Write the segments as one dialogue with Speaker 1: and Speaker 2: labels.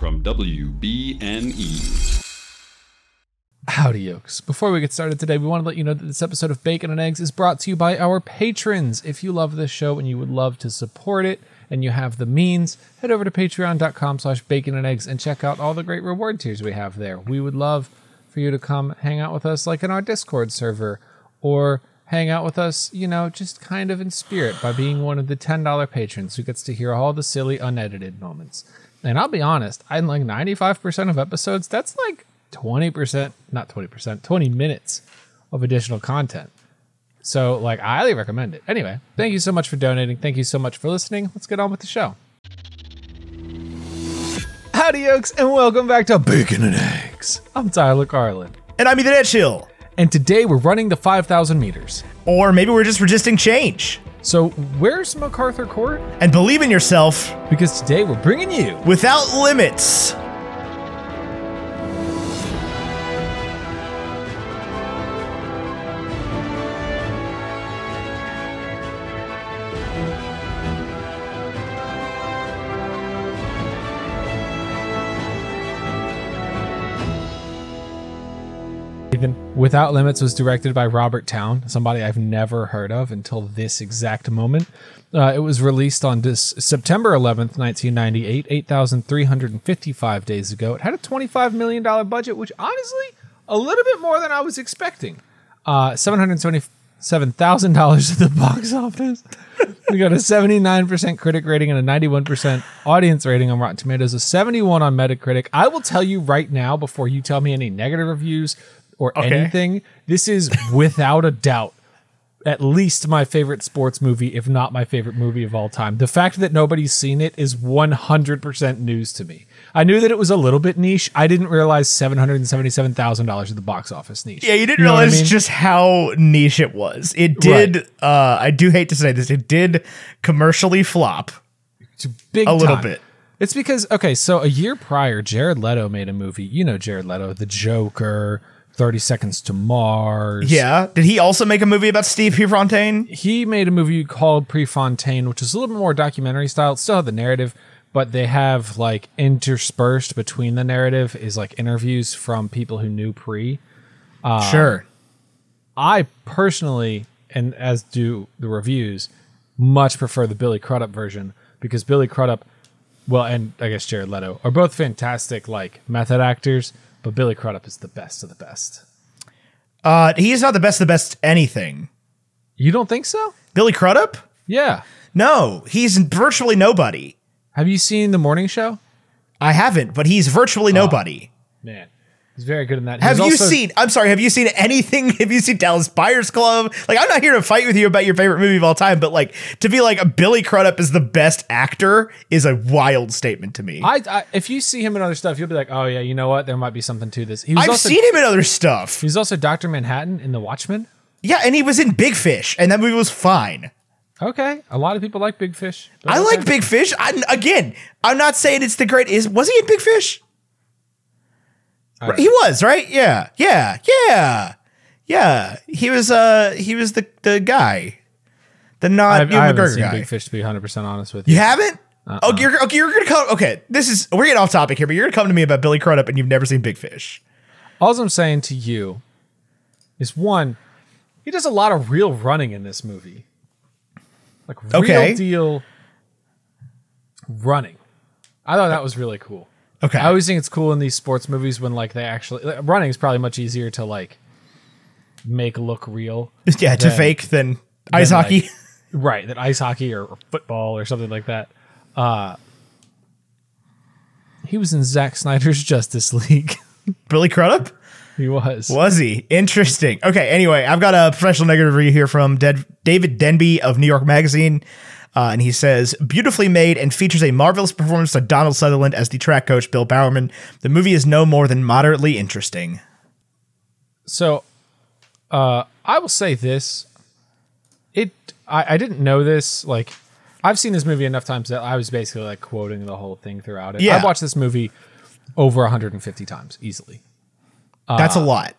Speaker 1: on WBNE.
Speaker 2: Howdy, yokes. Before we get started today, we want to let you know that this episode of Bacon and Eggs is brought to you by our patrons. If you love this show and you would love to support it and you have the means, head over to patreon.com slash bacon and eggs and check out all the great reward tiers we have there. We would love for you to come hang out with us like in our Discord server or hang out with us, you know, just kind of in spirit by being one of the $10 patrons who gets to hear all the silly unedited moments. And I'll be honest, I'm like 95% of episodes, that's like 20%, not 20%, 20 minutes of additional content. So, like, I highly recommend it. Anyway, thank you so much for donating. Thank you so much for listening. Let's get on with the show. Howdy, yokes, and welcome back to Bacon and Eggs. I'm Tyler Carlin,
Speaker 3: And I'm either that chill,
Speaker 2: and today we're running the 5,000 meters.
Speaker 3: or maybe we're just resisting change.
Speaker 2: So, where's MacArthur Court?
Speaker 3: And believe in yourself
Speaker 2: Because today we're bringing you
Speaker 3: without limits.
Speaker 2: Even Without Limits was directed by Robert Town, somebody I've never heard of until this exact moment. Uh, it was released on this September 11th, 1998, 8,355 days ago. It had a $25 million budget, which honestly, a little bit more than I was expecting. Uh, $727,000 at the box office. we got a 79% critic rating and a 91% audience rating on Rotten Tomatoes, a 71 on Metacritic. I will tell you right now before you tell me any negative reviews or anything, this is without a doubt at least my favorite sports movie, if not my favorite movie of all time. The fact that nobody's seen it is 100% news to me. I knew that it was a little bit niche. I didn't realize $777,000 at the box office niche.
Speaker 3: Yeah, you didn't
Speaker 2: know what I
Speaker 3: realize
Speaker 2: mean?
Speaker 3: just how niche it was. It did. Uh, I do hate to say this. It did commercially flop.
Speaker 2: big
Speaker 3: A little
Speaker 2: time.
Speaker 3: bit.
Speaker 2: It's because okay, so a year prior, Jared Leto made a movie. You know Jared Leto, The Joker, Thirty Seconds to Mars.
Speaker 3: Yeah. Did he also make a movie about Steve Prefontaine?
Speaker 2: he made a movie called Prefontaine, which is a little bit more documentary style. It still had the narrative, but they have like interspersed between the narrative is like interviews from people who knew Pre. Uh,
Speaker 3: sure.
Speaker 2: I personally, and as do the reviews, much prefer the Billy Crudup version because Billy Crudup, well, and I guess Jared Leto are both fantastic like method actors, but Billy Crudup is the best of the best.
Speaker 3: Uh, he is not the best. of The best anything.
Speaker 2: You don't think so?
Speaker 3: Billy Crudup?
Speaker 2: Yeah.
Speaker 3: No, he's virtually nobody.
Speaker 2: Have you seen the morning show?
Speaker 3: I haven't, but he's
Speaker 2: Uh,
Speaker 3: virtually nobody.
Speaker 2: Man, he's very good in that. He
Speaker 3: Have
Speaker 2: was
Speaker 3: you
Speaker 2: also-
Speaker 3: seen? I'm sorry. Have you seen anything? Have you seen Dallas Buyers Club? Like, I'm not here to fight with you about your favorite movie of all time, but like to be like Billy Crudup is the best actor is a wild statement to me. I,
Speaker 2: I, I if you see him in other stuff, you'll be like, oh yeah, you know what? There might be something to this. He was
Speaker 3: have
Speaker 2: also
Speaker 3: seen him in other stuff.
Speaker 2: he was also Doctor Manhattan in The Watchmen.
Speaker 3: Yeah, and he was in Big Fish, and that movie was fine.
Speaker 2: Okay, a lot of people like Big Fish. but
Speaker 3: I
Speaker 2: okay.
Speaker 3: like Big Fish. I, again, I'm not saying it's the great. Is was he in Big Fish?
Speaker 2: Right.
Speaker 3: He was right. Yeah, yeah, yeah, yeah. He was. Uh, he was the the guy, the not
Speaker 2: I've, I
Speaker 3: Ewan
Speaker 2: haven't
Speaker 3: McGregor
Speaker 2: seen
Speaker 3: guy.
Speaker 2: Big Fish to be 100 percent honest with you.
Speaker 3: You haven't? Okay, you're, okay, you're gonna come. Okay, this is we're getting off topic here, but you're gonna come to me about Billy Crudup and you've never seen Big Fish.
Speaker 2: All I'm saying to you is one, he does a lot of real running in this movie, like real
Speaker 3: Okay.
Speaker 2: deal running. I thought that was really cool.
Speaker 3: Okay,
Speaker 2: I always think it's cool in these sports movies when like they actually like, running is probably much easier to like make look real,
Speaker 3: yeah, to
Speaker 2: then-
Speaker 3: fake than ice
Speaker 2: like-
Speaker 3: hockey.
Speaker 2: right? That ice hockey or, or football or something like that. Uh, he was in Zack Snyder's Justice League.
Speaker 3: Billy Crudup
Speaker 2: he was.
Speaker 3: was he interesting? Okay, anyway, I've got a professional negative review here from Dead, David Denby of New York Magazine. Uh, and he says, beautifully made and features a marvelous performance of Donald Sutherland as the track coach Bill Bowerman. The movie is no more than moderately interesting.
Speaker 2: So, uh, I will say this: it. I, I didn't know this. Like, I've seen this movie enough times that I was basically like quoting the whole thing throughout it.
Speaker 3: Yeah.
Speaker 2: I watched this movie over 150 times easily.
Speaker 3: That's a lot.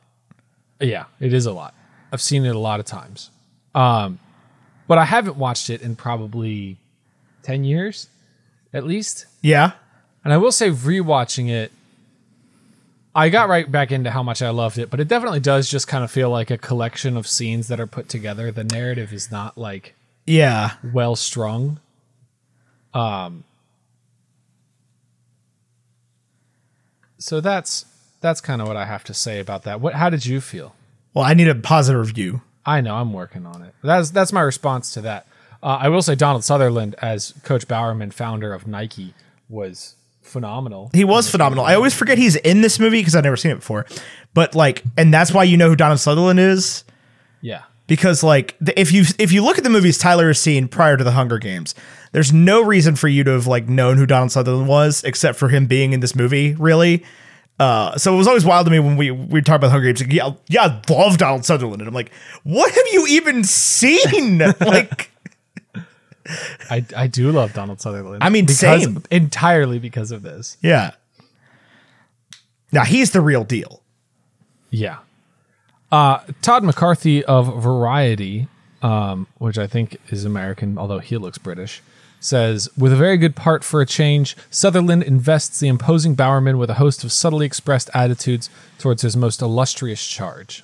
Speaker 2: Yeah, it is a lot. I've seen it a lot of times. Um, but I haven't watched it in probably 10 years at least.
Speaker 3: Yeah.
Speaker 2: And I will say, rewatching it, I got right back into how much I loved it, but it definitely does just kind of feel like a collection of scenes that are put together. The narrative is not like
Speaker 3: Yeah.
Speaker 2: well strung. Um, so that's that's kind of what I have to say about that. What? How did you feel?
Speaker 3: Well, I need a positive review.
Speaker 2: I know I'm working on it. That's that's my response to that. Uh, I will say Donald Sutherland as Coach Bowerman, founder of Nike, was phenomenal.
Speaker 3: He was phenomenal. I always forget he's in this movie because I've never seen it before. But like, and that's why you know who Donald Sutherland is
Speaker 2: Yeah,
Speaker 3: because like, the, if you if you look at the movies Tyler has seen prior to the Hunger Games, there's no reason for you to have like known who Donald Sutherland was except for him being in this movie, really. Uh, so it was always wild to me when we we talk about the Hunger Games. Like, yeah, yeah, I love Donald Sutherland, and I'm like, what have you even seen? like,
Speaker 2: I, I do love Donald Sutherland.
Speaker 3: I mean,
Speaker 2: because,
Speaker 3: same.
Speaker 2: entirely because of this.
Speaker 3: yeah. Now he's the real deal.
Speaker 2: Yeah. Uh, Todd McCarthy of Variety, um, which I think is American, although he looks British, says With a very good part for a change, Sutherland invests the imposing Bowerman with a host of subtly expressed attitudes towards his most illustrious charge.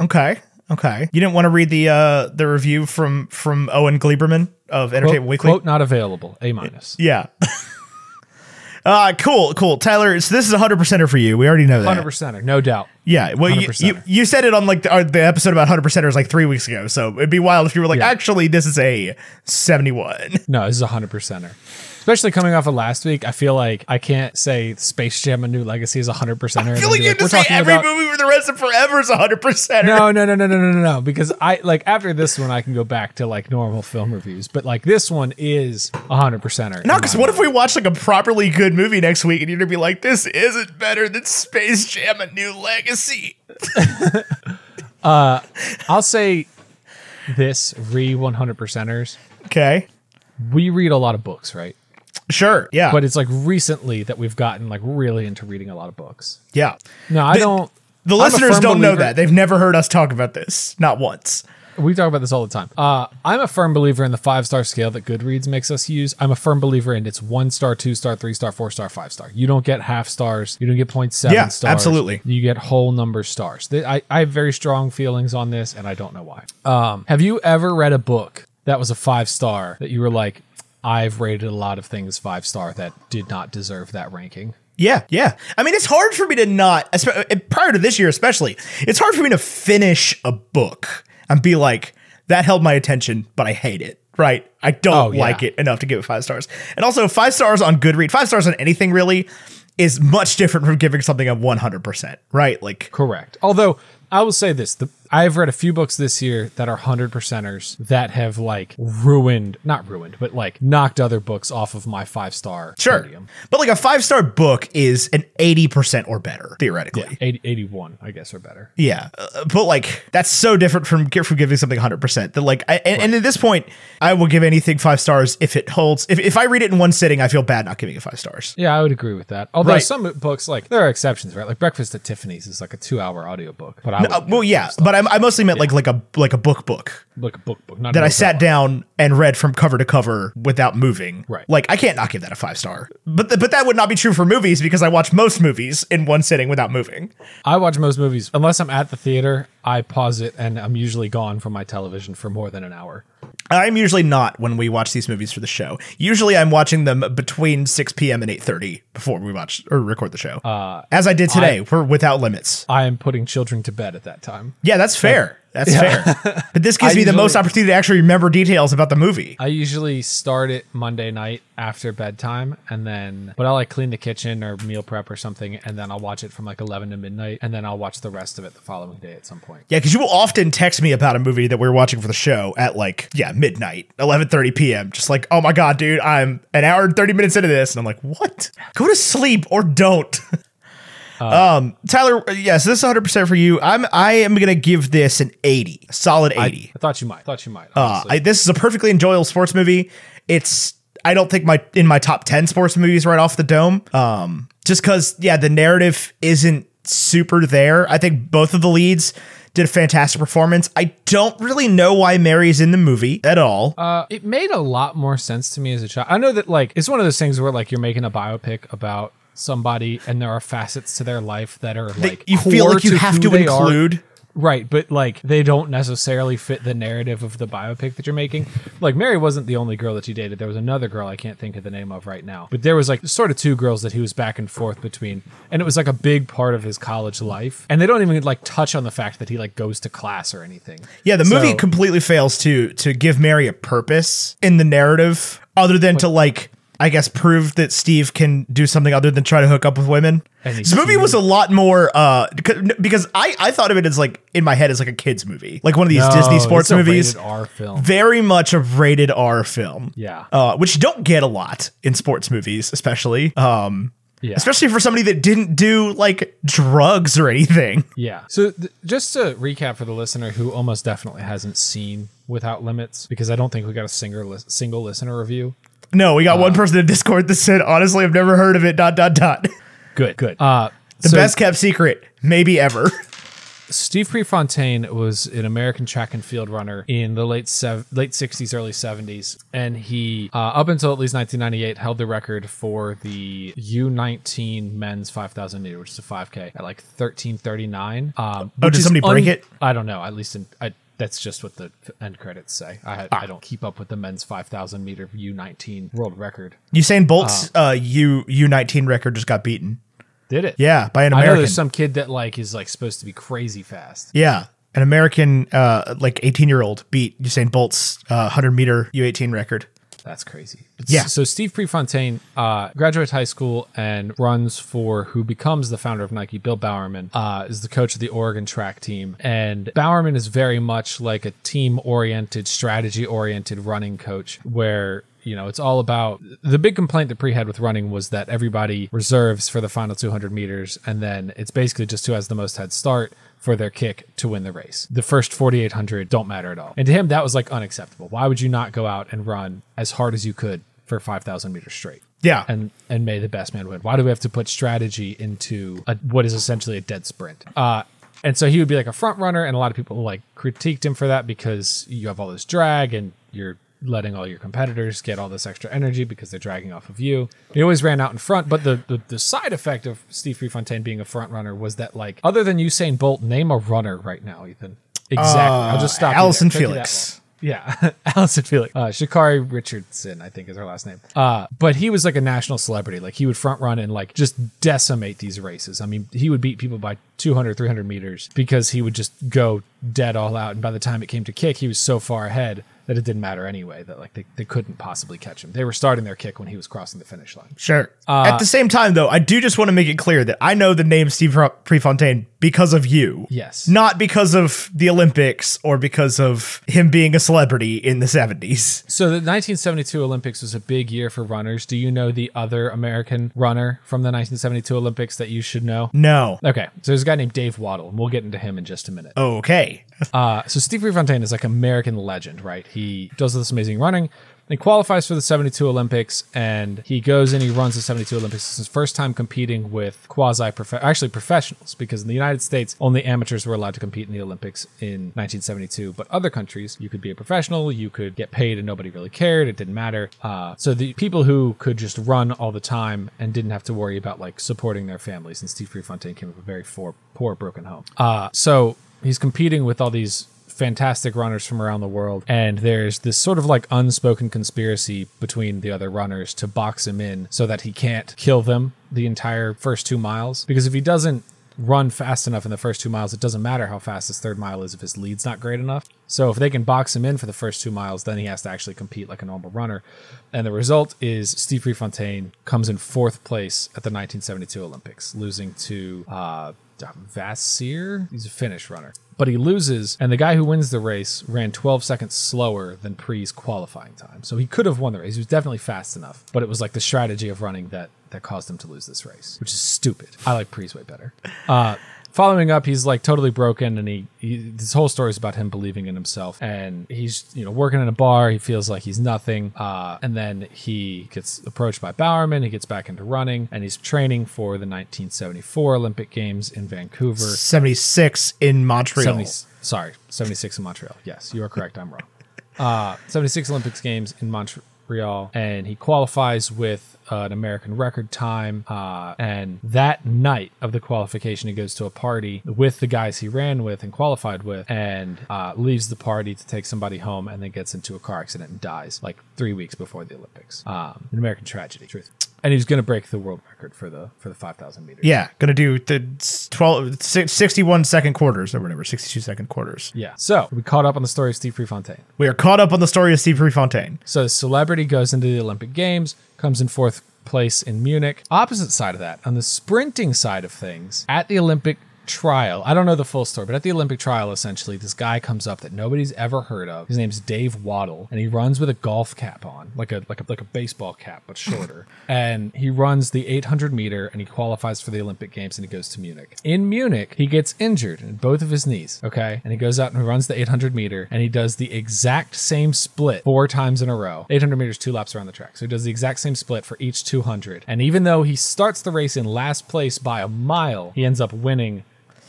Speaker 3: Okay. Okay. You didn't want to read the uh the review from from Owen Gleiberman of Entertainment
Speaker 2: Quote,
Speaker 3: Weekly.
Speaker 2: quote not available, A minus.
Speaker 3: Yeah. uh cool, cool. Tyler, so this is a hundred percenter for you. We already know that.
Speaker 2: 100%, no doubt.
Speaker 3: Yeah. Well, you,
Speaker 2: 100%.
Speaker 3: you you said it on like the, uh, the episode about hundred percenters like three weeks ago. So it'd be wild if you were like,
Speaker 2: Yeah.
Speaker 3: actually, this is a seventy-one.
Speaker 2: No, this is a hundred percenter. Especially coming off of last week, I feel like I can't say Space Jam: A New Legacy is a hundred percenter.
Speaker 3: I feel like you have to say every movie for the rest of forever is a hundred percenter.
Speaker 2: No, no, no, no, no, no, no, no. Because I like after this one, I can go back to like normal film reviews. But like this one is a hundred percenter.
Speaker 3: No, because what if we watch like a properly good movie next week and you're gonna be like, this isn't better than Space Jam: A New Legacy?
Speaker 2: I'll say this re one hundred percenters.
Speaker 3: Okay.
Speaker 2: We read a lot of books, right?
Speaker 3: Sure. Yeah.
Speaker 2: But it's like recently that we've gotten like really into reading a lot of books.
Speaker 3: yeah.
Speaker 2: No, I
Speaker 3: The-
Speaker 2: don't.
Speaker 3: The
Speaker 2: I'm a
Speaker 3: listeners
Speaker 2: firm
Speaker 3: don't know
Speaker 2: believer-
Speaker 3: that. They've never heard us talk about this. Not once.
Speaker 2: We talk about this all the time. Uh, I'm a firm believer in the five star scale that Goodreads makes us use. I'm a firm believer in it's one star, two star, three star, four star, five star. You don't get half stars. You don't get point seven
Speaker 3: Yeah,
Speaker 2: stars.
Speaker 3: absolutely.
Speaker 2: You get whole number stars. Th- I, I have very strong feelings on this, and I don't know why. Um, have you ever read a book that was a five star that you were like, I've rated a lot of things five star that did not deserve that ranking?
Speaker 3: Yeah, yeah. I mean, it's hard for me to not, espe- uh, prior to this year especially, it's hard for me to finish a book and be like, that held my attention, but I hate it. Right? I don't
Speaker 2: Oh, yeah.
Speaker 3: like it enough to give it five stars. And also, five stars on Goodreads, five stars on anything really, is much different from giving something a 100%. Right? Like,
Speaker 2: Correct. Although I will say this: the, I've read a few books this year that are hundred percenters that have like ruined, not ruined, but like knocked other books off of my five star.
Speaker 3: sure. But like a five star book is an 80% or better, theoretically.
Speaker 2: 80, 81, I guess, or better.
Speaker 3: Yeah, uh, but like that's so different from gi- from giving something 100. percent That like, I, and, and at this point, I will give anything five stars if it holds. If, if I read it in one sitting, I feel bad not giving it five stars.
Speaker 2: Yeah, I would agree with that. Although
Speaker 3: Right.
Speaker 2: some books, like there are exceptions, right? Like Breakfast at Tiffany's is like a two-hour audiobook, but I would
Speaker 3: Uh, well, yeah, but I, I mostly meant like like a like a book book
Speaker 2: like a book book. Not
Speaker 3: that
Speaker 2: a
Speaker 3: I
Speaker 2: novella.
Speaker 3: sat down and read from cover to cover without moving.
Speaker 2: Right.
Speaker 3: Like I can't not give that a five star. But th- but that would not be true for movies because I watch most movies in one sitting without moving.
Speaker 2: I watch most movies unless I'm at the theater. I pause it and I'm usually gone from my television for more than an hour.
Speaker 3: I'm usually not when we watch these movies for the show. Usually, I'm watching them between 6 p.m. and 8:30 before we watch or record the show. Uh, As I did today, we're without limits.
Speaker 2: I am putting children to bed at that time.
Speaker 3: Yeah, that's fair. That's fair. But this gives
Speaker 2: I
Speaker 3: me the
Speaker 2: usually-
Speaker 3: most opportunity to actually remember details about the movie.
Speaker 2: I usually start it Monday night after bedtime, and then but I'll like clean the kitchen or meal prep or something, and then I'll watch it from like eleven to midnight, and then I'll watch the rest of it the following day at some point.
Speaker 3: Yeah, because you will often text me about a movie that we we're watching for the show at like yeah midnight, 11:30 p.m. Just like, oh my god, dude, I'm an hour and 30 minutes into this, and I'm like, what? Go to sleep or don't. um, Tyler, yeah, so this is 100 percent for you. I'm I am gonna give this an 80, a solid 80.
Speaker 2: I thought you might. I thought you might.
Speaker 3: uh,
Speaker 2: honestly.
Speaker 3: I, this is a perfectly enjoyable sports movie. It's I don't think my in my top 10 sports movies right off the dome. Um, just because yeah, the narrative isn't super there. I think both of the leads did a fantastic performance. I don't really know why Mary's in the movie at all.
Speaker 2: Uh, it made a lot more sense to me as a child. I know that like it's one of those things where like you're making a biopic about somebody and there are facets to their life that are
Speaker 3: That
Speaker 2: like
Speaker 3: you feel
Speaker 2: core
Speaker 3: like you have
Speaker 2: who
Speaker 3: to
Speaker 2: they are.
Speaker 3: include.
Speaker 2: Right, but like they don't necessarily fit the narrative of the biopic that you're making. Like Mary wasn't the only girl that he dated. There was another girl I can't think of the name of right now. But there was like sort of two girls that he was back and forth between. And it was like a big part of his college life. And they don't even like touch on the fact that he like goes to class or anything.
Speaker 3: Yeah, the movie
Speaker 2: So-
Speaker 3: completely fails to to give Mary a purpose in the narrative, other than to like, I guess, prove that Steve can do something other than try to hook up with women.
Speaker 2: And he
Speaker 3: This movie was a lot more uh, c- because I I thought of it as like in my head as like a kids movie, like one of these
Speaker 2: No,
Speaker 3: Disney sports
Speaker 2: oh, it's a
Speaker 3: movies.
Speaker 2: rated R film.
Speaker 3: Very much a rated R film.
Speaker 2: Yeah.
Speaker 3: Uh, which you don't get a lot in sports movies, especially. Um,
Speaker 2: Yeah.
Speaker 3: Especially for somebody that didn't do like drugs or anything.
Speaker 2: Yeah. So th- just to recap for the listener who almost definitely hasn't seen Without Limits, because I don't think we got a single lis- single listener review.
Speaker 3: No, we got
Speaker 2: Uh.
Speaker 3: one person in Discord that said, honestly, I've never heard of it, dot, dot, dot.
Speaker 2: Good. Good. Uh,
Speaker 3: The best kept secret, maybe ever.
Speaker 2: Steve Prefontaine was an American track and field runner in the late sev- late sixties, early seventies, and he uh, up until at least nineteen ninety eight held the record for the U nineteen men's five thousand meter, which is a five k at like thirteen thirty nine. Um,
Speaker 3: Oh,
Speaker 2: which
Speaker 3: did
Speaker 2: is
Speaker 3: somebody break it?
Speaker 2: I don't know. At least in, I, that's just what the end credits say. I,
Speaker 3: Ah.
Speaker 2: I don't keep up with the men's five thousand meter U nineteen world record.
Speaker 3: Usain Bolt's uh, U U19 record just got beaten.
Speaker 2: Did it?
Speaker 3: Yeah, by an
Speaker 2: I know
Speaker 3: American.
Speaker 2: there's some kid that like is like supposed to be crazy fast.
Speaker 3: yeah, an American, uh, like 18 year old beat Usain Bolt's uh, 100 meter U18 record.
Speaker 2: That's crazy.
Speaker 3: Yeah.
Speaker 2: So Steve Prefontaine uh, graduates high school and runs for who becomes the founder of Nike. Bill Bowerman uh, is the coach of the Oregon track team, and Bowerman is very much like a team-oriented, strategy-oriented running coach, where you know it's all about the big complaint that Pre had with running was that everybody reserves for the final 200 meters, and then it's basically just who has the most head start for their kick to win the race. The first 4,800 don't matter at all. And to him, that was like unacceptable. Why would you not go out and run as hard as you could for 5,000 meters straight?
Speaker 3: Yeah.
Speaker 2: And and may the best man win. Why do we have to put strategy into a, what is essentially a dead sprint? Uh, and so he would be like a front runner, and a lot of people like critiqued him for that because you have all this drag and you're letting all your competitors get all this extra energy because they're dragging off of you. He always ran out in front, but the the, the side effect of Steve Prefontaine being a front runner was that like other than Usain Bolt, name a runner right now, Ethan. Exactly. I'll just stop. you there.
Speaker 3: Uh, Allison
Speaker 2: Take you that
Speaker 3: Felix.
Speaker 2: long. Yeah, Allison Felix. Uh, Shikari Richardson, I think is her last name. Uh, but he was like a national celebrity. Like he would front run and like just decimate these races. I mean, he would beat people by 200, 300 meters because he would just go dead all out. And by the time it came to kick, he was so far ahead that it didn't matter anyway, that like they, they couldn't possibly catch him. They were starting their kick when he was crossing the finish line.
Speaker 3: Sure.
Speaker 2: Uh.
Speaker 3: At the same time, though, I do just want to make it clear that I know the name Steve Pre- Prefontaine because of you.
Speaker 2: Yes.
Speaker 3: Not because of the Olympics or because of him being a celebrity in the 70s.
Speaker 2: So the 1972 Olympics was a big year for runners. Do you know the other American runner from the 1972 Olympics that you should know?
Speaker 3: No.
Speaker 2: Okay, so there's a guy named Dave Waddle, and we'll get into him in just a minute.
Speaker 3: Okay.
Speaker 2: Uh, so Steve Prefontaine is like American legend, right? He does this amazing running. He qualifies for the 72 Olympics, and he goes and he runs the 72 Olympics. It's his first time competing with quasi actually professionals, because in the United States, only amateurs were allowed to compete in the Olympics in 1972. But other countries, you could be a professional, you could get paid, and nobody really cared. It didn't matter. Uh, so the people who could just run all the time and didn't have to worry about like supporting their families, and Steve Prefontaine came from a very poor, poor broken home. Uh, so he's competing with all these fantastic runners from around the world and there's this sort of like unspoken conspiracy between the other runners to box him in so that he can't kill them the entire first 2 miles because if he doesn't run fast enough in the first 2 miles it doesn't matter how fast his third mile is if his lead's not great enough so if they can box him in for the first 2 miles then he has to actually compete like a normal runner and the result is Steve Prefontaine comes in fourth place at the 1972 Olympics losing to uh Vassir. He's a Finnish runner. But he loses, and the guy who wins the race ran 12 seconds slower than Pre's qualifying time. So he could have won the race. He was definitely fast enough, but it was like the strategy of running that that caused him to lose this race, which is stupid. I like Pre's way better. Uh, following up, he's like totally broken, and he, he this whole story is about him believing in himself, and he's you know working in a bar. He feels like he's nothing, uh, and then he gets approached by Bowerman. He gets back into running, and he's training for the 1974 Olympic Games in Vancouver.
Speaker 3: 76 in Montreal.
Speaker 2: 70, sorry, 76 in Montreal. Yes, you are correct. I'm wrong. Uh, 76 Olympics games in Montreal, and he qualifies with uh, an American record time. Uh, and that night of the qualification, he goes to a party with the guys he ran with and qualified with, and uh, leaves the party to take somebody home, and then gets into a car accident and dies like three weeks before the Olympics. Um, an American tragedy, truth. And he's going to break the world record for the for the 5,000 meters.
Speaker 3: Yeah, gonna do the s- 12, si- 61 second quarters or whatever, 62 second quarters.
Speaker 2: Yeah. So we caught up on the story of Steve Prefontaine.
Speaker 3: We are caught up on the story of Steve Prefontaine.
Speaker 2: So celebrity goes into the Olympic Games, comes in fourth place in Munich. Opposite side of that, on the sprinting side of things, at the Olympic trial, I don't know the full story, but at the Olympic trial, essentially, this guy comes up that nobody's ever heard of. His name's Dave Waddle, and he runs with a golf cap on, like a like a like a baseball cap, but shorter. and he runs the 800 meter, and he qualifies for the Olympic Games, and he goes to Munich. In Munich, he gets injured in both of his knees. Okay, and he goes out and he runs the 800 meter, and he does the exact same split four times in a row. 800 meters, two laps around the track. So he does the exact same split for each 200. And even though he starts the race in last place by a mile, he ends up winning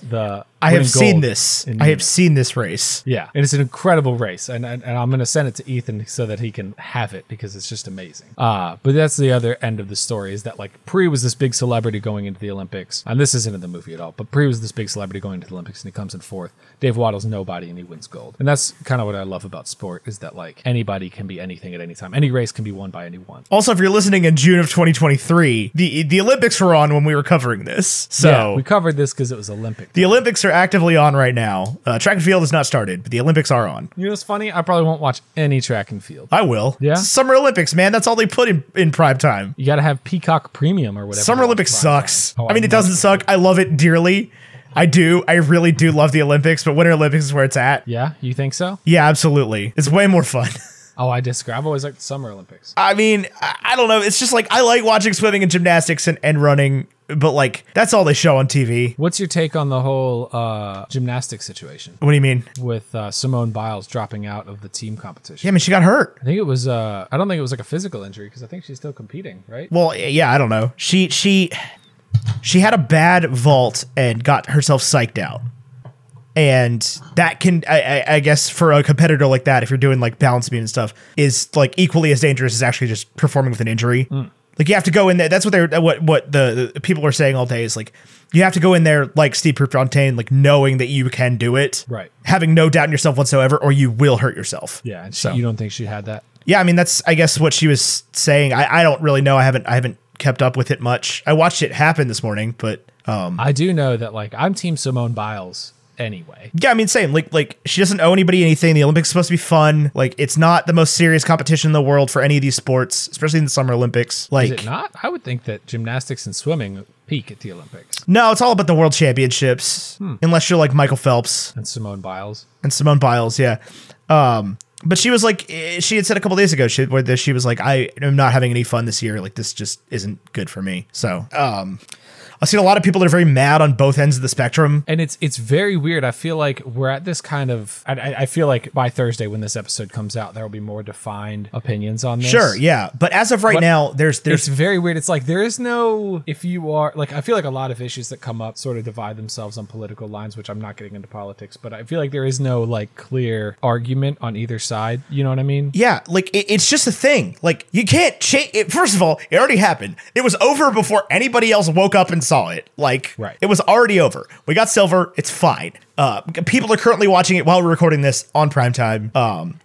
Speaker 2: the.
Speaker 3: I have
Speaker 2: winning
Speaker 3: seen
Speaker 2: gold
Speaker 3: this.
Speaker 2: in
Speaker 3: I
Speaker 2: Munich.
Speaker 3: have seen this race.
Speaker 2: Yeah, and it's an incredible race, and and, and I'm going to send it to Ethan so that he can have it because it's just amazing. Uh, but that's the other end of the story is that like Pre was this big celebrity going into the Olympics, and this isn't in the movie at all. But Pre was this big celebrity going into the Olympics, and he comes in fourth. Dave Waddle's nobody, and he wins gold, and that's kind of what I love about sport is that like anybody can be anything at any time. Any race can be won by anyone.
Speaker 3: Also, if you're listening in June of 2023, the the Olympics were on when we were covering this. So
Speaker 2: yeah, we covered this because it was Olympic.
Speaker 3: the Olympics are actively on right now. Uh, track and field is not started, but the Olympics are on.
Speaker 2: you know what's funny? I probably won't watch any track and field.
Speaker 3: I will.
Speaker 2: Yeah?
Speaker 3: It's Summer Olympics, man. That's all they put in, in prime time.
Speaker 2: You got to have Peacock Premium or whatever.
Speaker 3: Summer
Speaker 2: the
Speaker 3: Olympics
Speaker 2: prime time.
Speaker 3: sucks.
Speaker 2: Oh,
Speaker 3: I mean, it
Speaker 2: know.
Speaker 3: doesn't suck. I love it dearly. I do. I really do love the Olympics, but Winter Olympics is where it's at. Yeah,
Speaker 2: Yeah, you think so?
Speaker 3: absolutely. It's way more fun.
Speaker 2: Oh, I disagree. I've always liked the Summer Olympics.
Speaker 3: I mean, I, I don't know. It's just like I like watching swimming and gymnastics and, and running, but like that's all they show on TV.
Speaker 2: What's your take on the whole uh, gymnastics situation
Speaker 3: What do you mean?
Speaker 2: with uh, Simone Biles dropping out of the team competition?
Speaker 3: Yeah, I mean, she got hurt.
Speaker 2: I think it was. Uh, I don't think it was like a physical injury because I think she's still competing, right?
Speaker 3: Well, yeah, I don't know. She she she had a bad vault and got herself psyched out. And that can, I, I, I guess, for a competitor like that, if you're doing like balance beam and stuff, is like equally as dangerous as actually just performing with an injury.
Speaker 2: Mm.
Speaker 3: Like you have to go in there. That's what they're what what the, the people are saying all day is like you have to go in there like Steve Prefontaine, like knowing that you can do it,
Speaker 2: Right.
Speaker 3: Having no doubt in yourself whatsoever, or you will hurt yourself.
Speaker 2: Yeah, and she,
Speaker 3: So-
Speaker 2: you don't think she had that?
Speaker 3: yeah, I mean that's I guess what she was saying. I, I don't really know. I haven't I haven't kept up with it much. I watched it happen this morning, but um
Speaker 2: I do know that. Like, I'm Team Simone Biles anyway.
Speaker 3: yeah, I mean same. Like like she doesn't owe anybody anything. The Olympics is supposed to be fun. Like it's not the most serious competition in the world for any of these sports, especially in the Summer Olympics. Like
Speaker 2: Is it not? I would think that gymnastics and swimming peak at the Olympics.
Speaker 3: no, it's all about the world championships.
Speaker 2: Hmm.
Speaker 3: Unless you're like Michael Phelps.
Speaker 2: And Simone Biles.
Speaker 3: and Simone Biles, yeah. Um, but she was like, eh, she had said a couple days ago, she, where the, she was like, I am not having any fun this year. Like, this just isn't good for me. So, um, I've seen a lot of people that are very mad on both ends of the spectrum.
Speaker 2: and it's it's very weird. I feel like we're at this kind of. I- I, I feel like by Thursday when this episode comes out, there will be more defined opinions on this.
Speaker 3: Sure, yeah. But as of right
Speaker 2: But
Speaker 3: now, there's
Speaker 2: It's
Speaker 3: there's
Speaker 2: very weird. It's like there is no if you are like I feel like a lot of issues that come up sort of divide themselves on political lines, which I'm not getting into politics, but I feel like there is no like clear argument on either side. You know what I mean?
Speaker 3: yeah, like it, it's just a thing. Like you can't change it. First of all, it already happened. It was over before anybody else woke up and saw it. Like
Speaker 2: Right.
Speaker 3: it was already over. We got silver. It's fine. Uh, people are currently watching it while we're recording this on primetime. Um,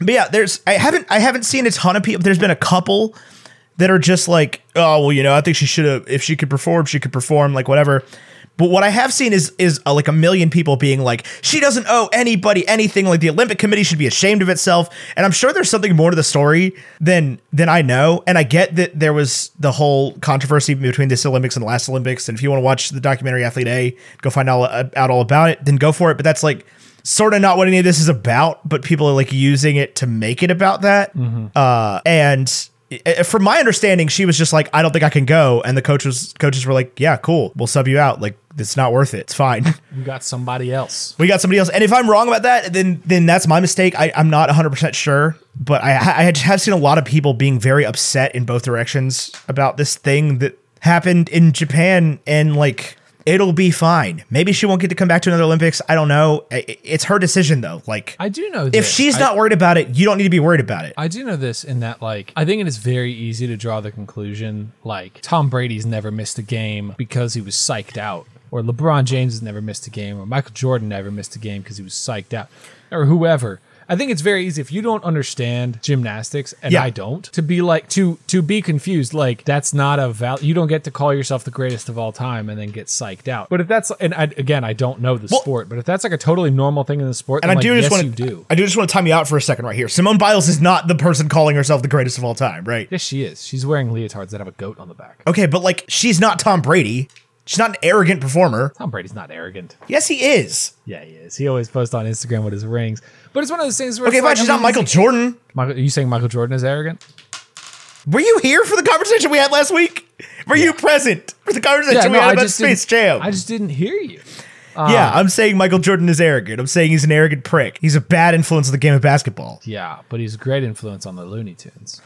Speaker 3: but yeah, there's I haven't I haven't seen a ton of people. There's been a couple that are just like, oh well, you know, I think she should have if she could perform, she could perform, like whatever. But what I have seen is is uh, like a million people being like, she doesn't owe anybody anything. Like the Olympic Committee should be ashamed of itself. And I'm sure there's something more to the story than than I know. And I get that there was the whole controversy between this Olympics and the last Olympics. And if you want to watch the documentary Athlete A, go find all, uh, out all about it. Then go for it. But that's like sort of not what any of this is about, but people are like using it to make it about that. Uh, and I- from my understanding, she was just like, I don't think I can go. And the coaches coaches were like, Yeah, cool. We'll sub you out. Like, it's not worth it. It's fine.
Speaker 2: We got somebody else.
Speaker 3: we got somebody else. And if I'm wrong about that, then then that's my mistake. I, I'm not 100 percent sure, but I I had- have seen a lot of people being very upset in both directions about this thing that happened in Japan, and like it'll be fine. Maybe she won't get to come back to another Olympics. I don't know. I- I- It's her decision though. Like
Speaker 2: I do know
Speaker 3: if
Speaker 2: this.
Speaker 3: she's
Speaker 2: I-
Speaker 3: not worried about it, you don't need to be worried about it.
Speaker 2: I do know this in that, like, I think it is very easy to draw the conclusion, like, Tom Brady's never missed a game because he was psyched out, or LeBron James has never missed a game, or Michael Jordan never missed a game because he was psyched out, or whoever. I think it's very easy if you don't understand gymnastics, and
Speaker 3: Yeah.
Speaker 2: I don't, to be like to to be confused. Like that's not a val. You don't get to call yourself the greatest of all time and then get psyched out. But if that's and I, again, I don't know the
Speaker 3: Well-
Speaker 2: sport, but if that's like a totally normal thing in the sport,
Speaker 3: And
Speaker 2: then,
Speaker 3: I do
Speaker 2: like,
Speaker 3: just
Speaker 2: yes,
Speaker 3: want
Speaker 2: you do.
Speaker 3: to. I do just want to time you out for a second right here. Simone Biles is not the person calling herself the greatest of all time, right?
Speaker 2: Yes, she is. She's wearing leotards that have a goat on the back.
Speaker 3: Okay, but like she's not Tom Brady. She's not an arrogant performer.
Speaker 2: Tom Brady's not arrogant.
Speaker 3: Yes, he is.
Speaker 2: Yeah, he is. He always posts on Instagram with his rings. But it's one of those things where
Speaker 3: Okay,
Speaker 2: it's
Speaker 3: fine.
Speaker 2: like,
Speaker 3: She's
Speaker 2: I
Speaker 3: not
Speaker 2: mean,
Speaker 3: Michael Jordan.
Speaker 2: Michael. Are you saying Michael Jordan is arrogant?
Speaker 3: Were you here for the conversation we had last week? Were you present for the conversation we had about Space Jam?
Speaker 2: didn't, I just uh, didn't hear you.
Speaker 3: yeah, I'm saying Michael Jordan is arrogant. I'm saying he's an arrogant prick. He's a bad influence on the game of basketball.
Speaker 2: Yeah, but he's a great influence on the Looney Tunes.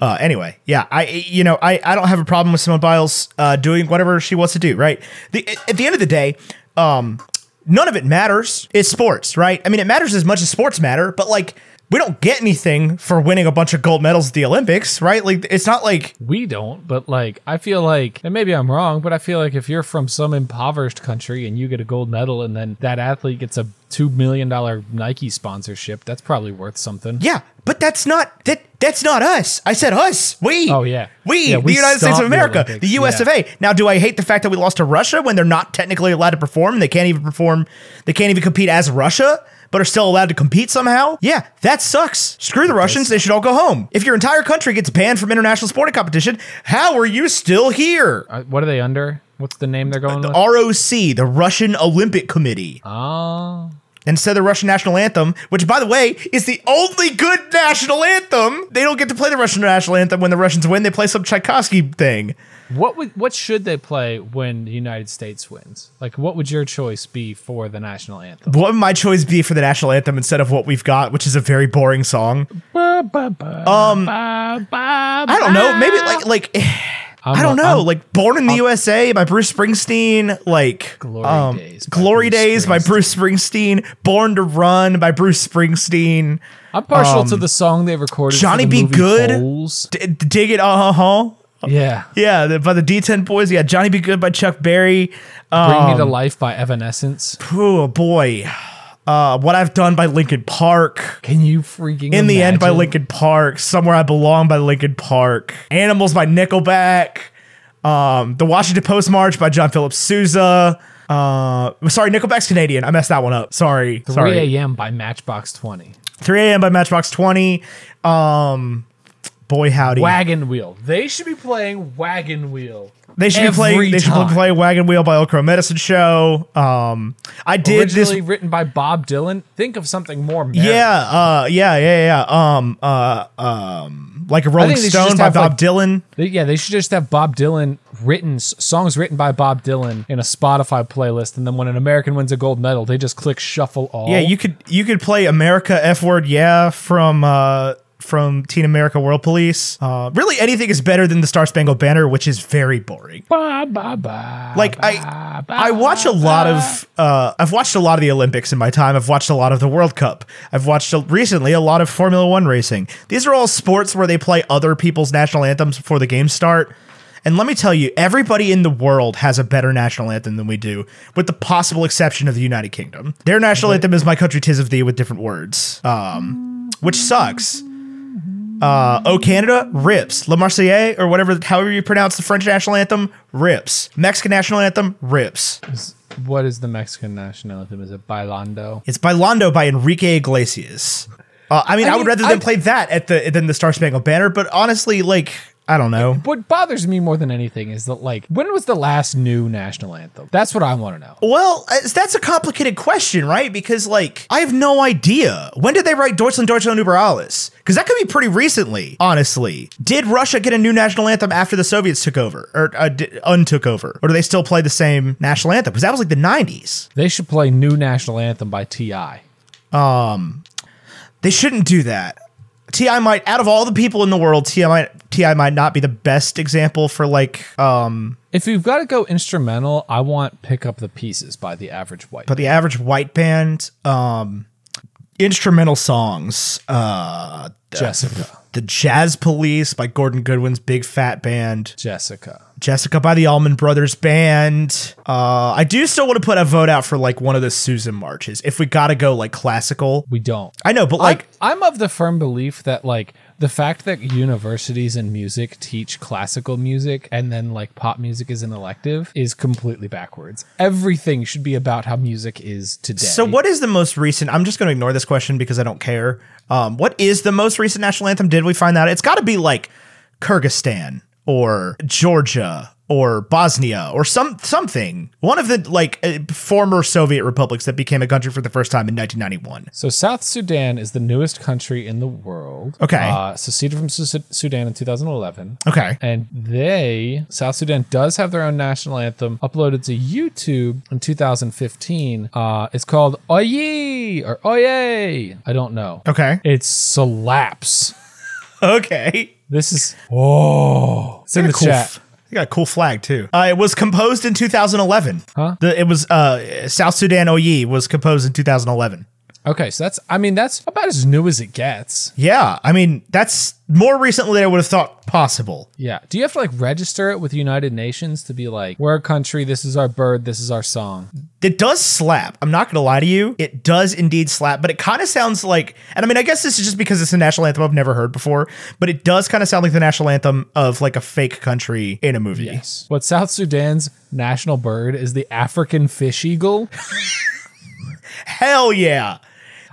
Speaker 3: Uh, anyway, yeah, I you know I, I don't have a problem with Simone Biles uh, doing whatever she wants to do. Right. The, at the end of the day, um, none of it matters. It's sports, right? I mean, it matters as much as sports matter, but like we don't get anything for winning a bunch of gold medals at the Olympics, right? Like it's not like
Speaker 2: We don't, but like I feel like, and maybe I'm wrong, but I feel like if you're from some impoverished country and you get a gold medal, and then that athlete gets a two million dollar Nike sponsorship, that's probably worth something.
Speaker 3: yeah, but that's not that that's not us. I said us. We.
Speaker 2: Oh, yeah.
Speaker 3: We,
Speaker 2: Yeah, we
Speaker 3: the United States of
Speaker 2: stomped the
Speaker 3: America, the,
Speaker 2: Olympics,
Speaker 3: US
Speaker 2: yeah.
Speaker 3: of A. Now, do I hate the fact that we lost to Russia when they're not technically allowed to perform? They can't even perform. They can't even compete as Russia, but are still allowed to compete somehow. Yeah, that sucks. Screw the Russians. They should all go home. If your entire country gets banned from international sporting competition, how are you still here?
Speaker 2: Uh, what are they under? What's the name they're
Speaker 3: Uh,
Speaker 2: going with?
Speaker 3: ROC, the Russian Olympic Committee,
Speaker 2: oh,
Speaker 3: instead of the Russian national anthem, which, by the way, is the only good national anthem. They don't get to play the Russian national anthem when the Russians win. They play some Tchaikovsky thing.
Speaker 2: What would what should they play when the United States wins? Like, what would your choice be for the national anthem?
Speaker 3: What would my choice be for the national anthem instead of what we've got, which is a very boring song?
Speaker 2: um,
Speaker 3: I don't know. Maybe like like I don't know. like "Born in the USA" by Bruce Springsteen, like um,
Speaker 2: Glory Days by
Speaker 3: "Glory
Speaker 2: Bruce
Speaker 3: Days" by Bruce Springsteen, "Born to Run" by Bruce Springsteen,
Speaker 2: I'm partial to the song they recorded. for
Speaker 3: um, Johnny
Speaker 2: the
Speaker 3: Be
Speaker 2: movie
Speaker 3: Good?
Speaker 2: Holes.
Speaker 3: D- "Dig It," uh huh,
Speaker 2: Yeah,
Speaker 3: yeah, the, by the D10 Boys, yeah, "Johnny Be Good" by Chuck Berry,
Speaker 2: Bring
Speaker 3: um,
Speaker 2: Me to Life by Evanescence.
Speaker 3: oh boy, uh, "What I've Done" by Linkin Park.
Speaker 2: Can you freaking
Speaker 3: In the End by
Speaker 2: imagine?
Speaker 3: Linkin Park, Somewhere I Belong by Linkin Park, Animals by Nickelback, um, The Washington Post March by John Philip Sousa. Uh, sorry, Nickelback's Canadian. I messed that one up. Sorry, sorry.
Speaker 2: 3 a.m. by Matchbox 20.
Speaker 3: 3 a.m. by Matchbox 20. Um, boy howdy.
Speaker 2: Wagon Wheel. They should be playing Wagon Wheel.
Speaker 3: they should be playing.
Speaker 2: every
Speaker 3: They should
Speaker 2: time.
Speaker 3: be playing Wagon Wheel by Okro Medicine Show. Um, I did this.
Speaker 2: Originally written by Bob Dylan. Think of something more. Merry.
Speaker 3: Yeah, uh, yeah, yeah, yeah. Um, uh, um, like a Rolling
Speaker 2: they should just
Speaker 3: Stone by
Speaker 2: have,
Speaker 3: Bob
Speaker 2: like,
Speaker 3: Dylan.
Speaker 2: They- Yeah, they should just have Bob Dylan written s- songs written by Bob Dylan in a Spotify playlist, and then when an American wins a gold medal, they just click shuffle all.
Speaker 3: Yeah, you could you could play America F word yeah from uh from Teen America World Police. Uh really anything is better than the Star Spangled Banner, which is very boring.
Speaker 2: Ba, ba, ba,
Speaker 3: Like I I watch a lot of uh I've watched a lot of the Olympics in my time. I've watched a lot of the World Cup. I've watched a, recently a lot of Formula 1 racing. These are all sports where they play other people's national anthems before the games start. And let me tell you, everybody in the world has a better national anthem than we do, with the possible exception of the United Kingdom. Their national anthem is "My Country 'Tis of Thee" with different words, um, which sucks. Uh, oh Canada rips. La Marseillaise or whatever, however you pronounce the French national anthem, rips. Mexican national anthem rips.
Speaker 2: What is the Mexican national anthem? Is it Bailando?
Speaker 3: It's by Londo by Enrique Iglesias. Uh, I mean, I,
Speaker 2: I
Speaker 3: would
Speaker 2: mean,
Speaker 3: rather them
Speaker 2: I-
Speaker 3: play that at the than the Star Spangled Banner, but honestly, like I don't know.
Speaker 2: What bothers me more than anything is that, like, when was the last new national anthem? That's what I want to know.
Speaker 3: Well, it's- that's a complicated question, right? Because like I have no idea when did they write Deutschland, Deutschland über alles? Because that could be pretty recently, honestly. Did Russia get a new national anthem after the Soviets took over or uh, d- untook over, or do they still play the same national anthem? Because that was like the '90s.
Speaker 2: They should play New National Anthem by T.I.
Speaker 3: They shouldn't do that. Ti might, out of all the people in the world, Ti might, Ti might not be the best example for like, um,
Speaker 2: If you've got to go instrumental, I want Pick Up the Pieces by the average white.
Speaker 3: but the average white band, um, instrumental songs, uh,
Speaker 2: Jessica.
Speaker 3: the Jazz Police by Gordon Goodwin's Big Fat Band,
Speaker 2: Jessica.
Speaker 3: Jessica by the Allman Brothers Band. Uh, I do still want to put a vote out for like one of the Susan marches if we gotta go like classical.
Speaker 2: We don't.
Speaker 3: I know, but like,
Speaker 2: like I'm of the firm belief that like the fact that universities and music teach classical music and then like pop music is an elective is completely backwards. Everything should be about how music is today.
Speaker 3: So what is the most recent? I'm just going to ignore this question because I don't care. Um, what is the most recent national anthem? Did we find out? It's got to be like Kyrgyzstan or Georgia or Bosnia or some something. One of the like uh, former Soviet republics that became a country for the first time in 1991.
Speaker 2: So South Sudan is the newest country in the world.
Speaker 3: Okay.
Speaker 2: Uh, seceded from Su- Sudan in 2011.
Speaker 3: Okay.
Speaker 2: And they, South Sudan, does have their own national anthem uploaded to YouTube in 2015. Uh, it's called Oye or Oye. I don't know.
Speaker 3: Okay.
Speaker 2: It's slaps.
Speaker 3: Okay.
Speaker 2: This is oh, it's in the
Speaker 3: Cool
Speaker 2: chat.
Speaker 3: f- You got a cool flag too. Uh, it was composed in 2011.
Speaker 2: Huh?
Speaker 3: The, it was uh, South Sudan Oyi was composed in 2011.
Speaker 2: Okay, so that's I mean that's about as new as it gets.
Speaker 3: Yeah, I mean that's more recently than I would have thought possible.
Speaker 2: Yeah. Do you have to like register it with the United Nations to be like we're a country, this is our bird, this is our song?
Speaker 3: It does slap. I'm not gonna lie to you. It does indeed slap, but it kind of sounds like, and I mean, I guess this is just because it's a national anthem I've never heard before, but it does kind of sound like the national anthem of like a fake country in a movie.
Speaker 2: What South Sudan's national bird is the African fish eagle.
Speaker 3: Hell yeah.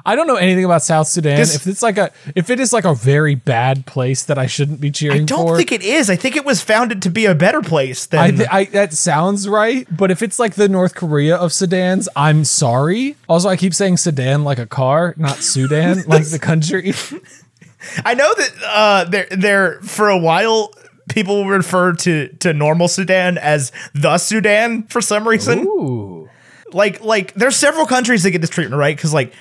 Speaker 2: I don't know anything about South Sudan.
Speaker 3: This-
Speaker 2: if it's like a if it is like a very bad place that I shouldn't be cheering
Speaker 3: I don't
Speaker 2: for.
Speaker 3: think it is. I think it was founded to be a better place than.
Speaker 2: I, th- I that sounds right, but if it's like the North Korea of Sudan's, I'm sorry. Also, I keep saying Sudan like a car, not Sudan like the country.
Speaker 3: I know that uh, there, there for a while people refer to to normal Sudan as the Sudan for some reason.
Speaker 2: Ooh,
Speaker 3: like like there's several countries that get this treatment right because like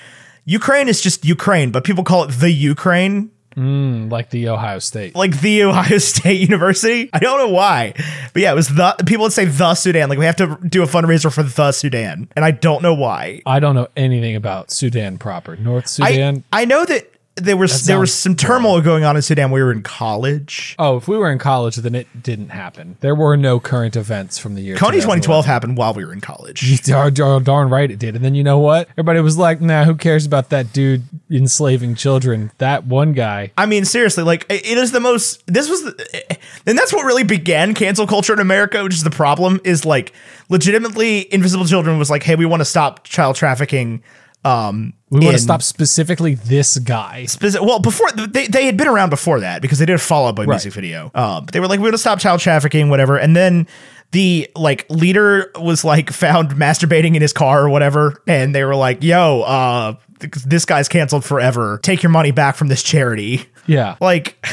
Speaker 3: ukraine is just ukraine but people call it the ukraine
Speaker 2: like the Ohio State.
Speaker 3: like the ohio state university i don't know why but yeah it was the people would say the sudan like we have to do a fundraiser for the sudan and i don't know why
Speaker 2: I don't know anything about Sudan proper, North
Speaker 3: i
Speaker 2: Sudan.
Speaker 3: i know that there was there was some
Speaker 2: sounds
Speaker 3: turmoil going on in sudan when we were in college
Speaker 2: oh, if we were in college, then it didn't happen. There were no current events from the year.
Speaker 3: Coney
Speaker 2: 2011.
Speaker 3: 2012 happened while we were in college.
Speaker 2: Darn, darn, darn right it did. And then you know what? Everybody was like, nah, who cares about that dude enslaving children? That one guy.
Speaker 3: I mean, seriously, like it it is the most. This was, the, and that's what really began cancel culture in America, which is the problem. Is like legitimately, Invisible Children was like, hey, we want to stop child trafficking. Um,
Speaker 2: We want
Speaker 3: in-
Speaker 2: to stop specifically this guy.
Speaker 3: spec- Well, before they, they had been around before that because they did a follow up by music video. Um, but they were like, we want to stop child trafficking, whatever. And then the like leader was like found masturbating in his car or whatever, and they were like, yo, uh, th- this guy's canceled forever. Take your money back from this charity.
Speaker 2: Yeah.
Speaker 3: Like,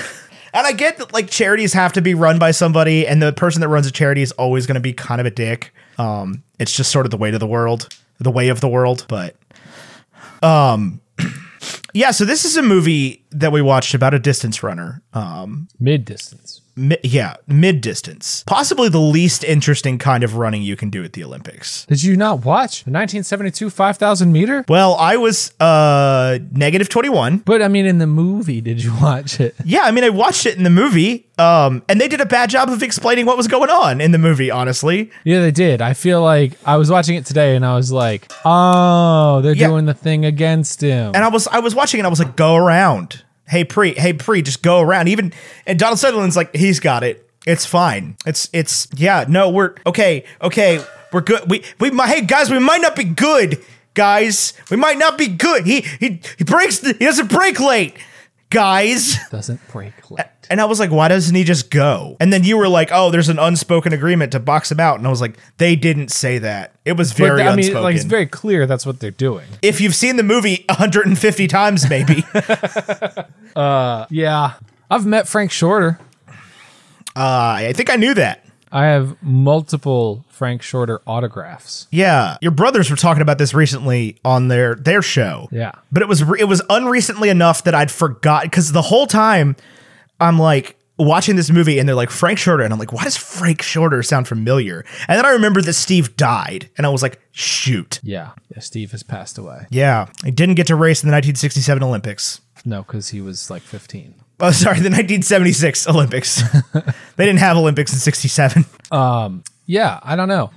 Speaker 3: and I get that like charities have to be run by somebody, and the person that runs a charity is always going to be kind of a dick. Um, it's just sort of the way to the world, the way of the world. But, um, yeah. So this is a movie that we watched about a distance runner. Um,
Speaker 2: Mid distance.
Speaker 3: mi- yeah, mid distance, possibly the least interesting kind of running you can do at the Olympics.
Speaker 2: Did you not watch the 1972 5,000 meter?
Speaker 3: Well, I was uh negative twenty one.
Speaker 2: But I mean, in the movie, did you watch it?
Speaker 3: Yeah, I mean, I watched it in the movie, um, and they did a bad job of explaining what was going on in the movie. Honestly,
Speaker 2: Yeah, they did. I feel like I was watching it today and I was like, oh, they're
Speaker 3: Yeah.
Speaker 2: doing the thing against him.
Speaker 3: and I was I was watching, and I was like, "Go around, hey pre, hey pre, just go around." Even and Donald Sutherland's like, "He's got it. It's fine. It's it's yeah. No, we're okay. Okay, we're good. We we might. Hey guys, we might not be good. Guys, we might not be good. He he he breaks. The, he doesn't break late. guys.
Speaker 2: Doesn't break late.
Speaker 3: And I was like, why doesn't he just go? And then you were like, oh, there's an unspoken agreement to box him out. And I was like, they didn't say that. It was
Speaker 2: But
Speaker 3: very
Speaker 2: I mean,
Speaker 3: unspoken.
Speaker 2: like it's very clear that's what they're doing.
Speaker 3: if you've seen the movie 150 times, maybe.
Speaker 2: Yeah, I've met Frank Shorter.
Speaker 3: I I think I knew that.
Speaker 2: I have multiple Frank Shorter autographs.
Speaker 3: Yeah, your brothers were talking about this recently on their their show.
Speaker 2: Yeah.
Speaker 3: but it was re- it was unrecently enough that I'd forgot because the whole time I'm like watching this movie and they're like Frank Shorter and I'm like, why does Frank Shorter sound familiar? And then I remember that Steve died and I was like, shoot,
Speaker 2: Yeah, yeah Steve has passed away.
Speaker 3: yeah, I didn't get to race in the 1967 Olympics.
Speaker 2: No, because he was like 15.
Speaker 3: Oh, sorry, the 1976 Olympics. they didn't have Olympics in '67.
Speaker 2: Yeah, I don't know.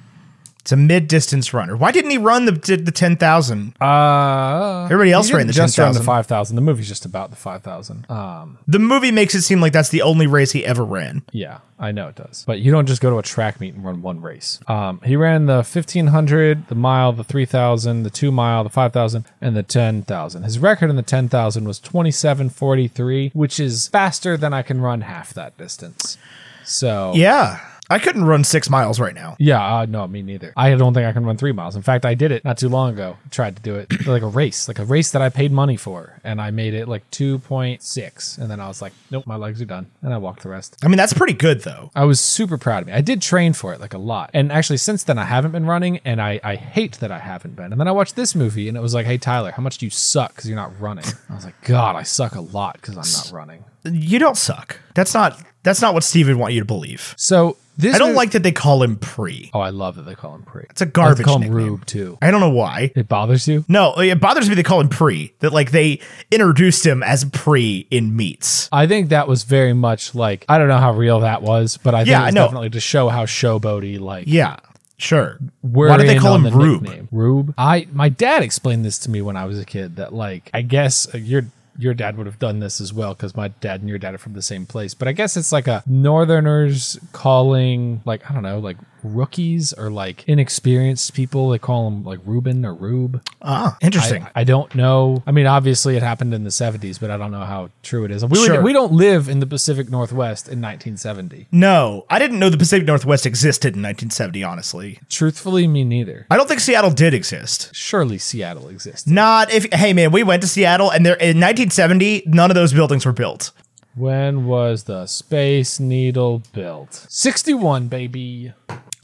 Speaker 3: It's a mid-distance runner. Why didn't he run the the 10,000?
Speaker 2: Uh,
Speaker 3: Everybody else
Speaker 2: he
Speaker 3: ran
Speaker 2: didn't
Speaker 3: the
Speaker 2: just ran the
Speaker 3: 10,000.
Speaker 2: 5,000. The movie's just about the 5,000. Um,
Speaker 3: The movie makes it seem like that's the only race he ever ran.
Speaker 2: yeah, I know it does. But you don't just go to a track meet and run one race. Um, he ran the 1,500, the mile, the 3,000, the 2 mile, the 5,000, and the 10,000. His record in the 10,000 was 27.43, which is faster than I can run half that distance. So.
Speaker 3: Yeah. I couldn't run six miles right now.
Speaker 2: Yeah, uh, no, me neither. I don't think I can run three miles. In fact, I did it not too long ago. Tried to do it like a race, like a race that I paid money for, and I made it like two point six, and then I was like, nope, my legs are done, and I walked the rest.
Speaker 3: I mean, that's pretty good, though.
Speaker 2: I was super proud of me. I did train for it like a lot, and actually since then I haven't been running, and I I hate that I haven't been. And then I watched this movie, and it was like, hey Tyler, how much do you suck because you're not running? I was like, God, I suck a lot because I'm not running.
Speaker 3: You don't suck. That's not that's not what Steve would want you to believe.
Speaker 2: So this
Speaker 3: I don't
Speaker 2: is-
Speaker 3: like that they call him pre.
Speaker 2: Oh, I love that they call him pre.
Speaker 3: It's a garbage
Speaker 2: They call him
Speaker 3: nickname.
Speaker 2: Rube too.
Speaker 3: I don't know why.
Speaker 2: It bothers you.
Speaker 3: No, it bothers me they call him pre. That like they introduced him as pre in meets.
Speaker 2: I think that was very much like I don't know how real that was, but I
Speaker 3: Yeah,
Speaker 2: think it was
Speaker 3: I know.
Speaker 2: definitely to show how showboaty like
Speaker 3: Yeah, sure.
Speaker 2: we're
Speaker 3: Why did they
Speaker 2: in
Speaker 3: call
Speaker 2: on
Speaker 3: him
Speaker 2: the
Speaker 3: Rube?
Speaker 2: nickname. Rube. I my dad explained this to me when I was a kid that like I guess uh, your your dad would have done this as well because my dad and your dad are from the same place. But I guess it's like a Northerners calling like I don't know like rookies or like inexperienced people. They call them like Ruben or Rube.
Speaker 3: Ah, interesting.
Speaker 2: I, I don't know. I mean, obviously it happened in the 70s, but I don't know how true it is. We,
Speaker 3: Sure.
Speaker 2: would, we don't live in the Pacific Northwest in 1970.
Speaker 3: no, I didn't know the Pacific Northwest existed in 1970. Honestly,
Speaker 2: Truthfully, me neither.
Speaker 3: I don't think Seattle did exist.
Speaker 2: Surely Seattle exists.
Speaker 3: Not if hey man, we went to Seattle and there in 1970 none of those buildings were built.
Speaker 2: When was the Space Needle built? 61, baby.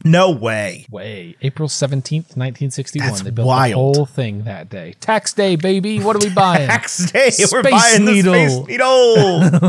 Speaker 3: No way.
Speaker 2: Way. April 17th, 1961.
Speaker 3: That's
Speaker 2: they built
Speaker 3: wild.
Speaker 2: the whole thing that day. Tax day, baby. What are we buying?
Speaker 3: Next day we're
Speaker 2: Space
Speaker 3: buying
Speaker 2: Needle. Ah.
Speaker 3: the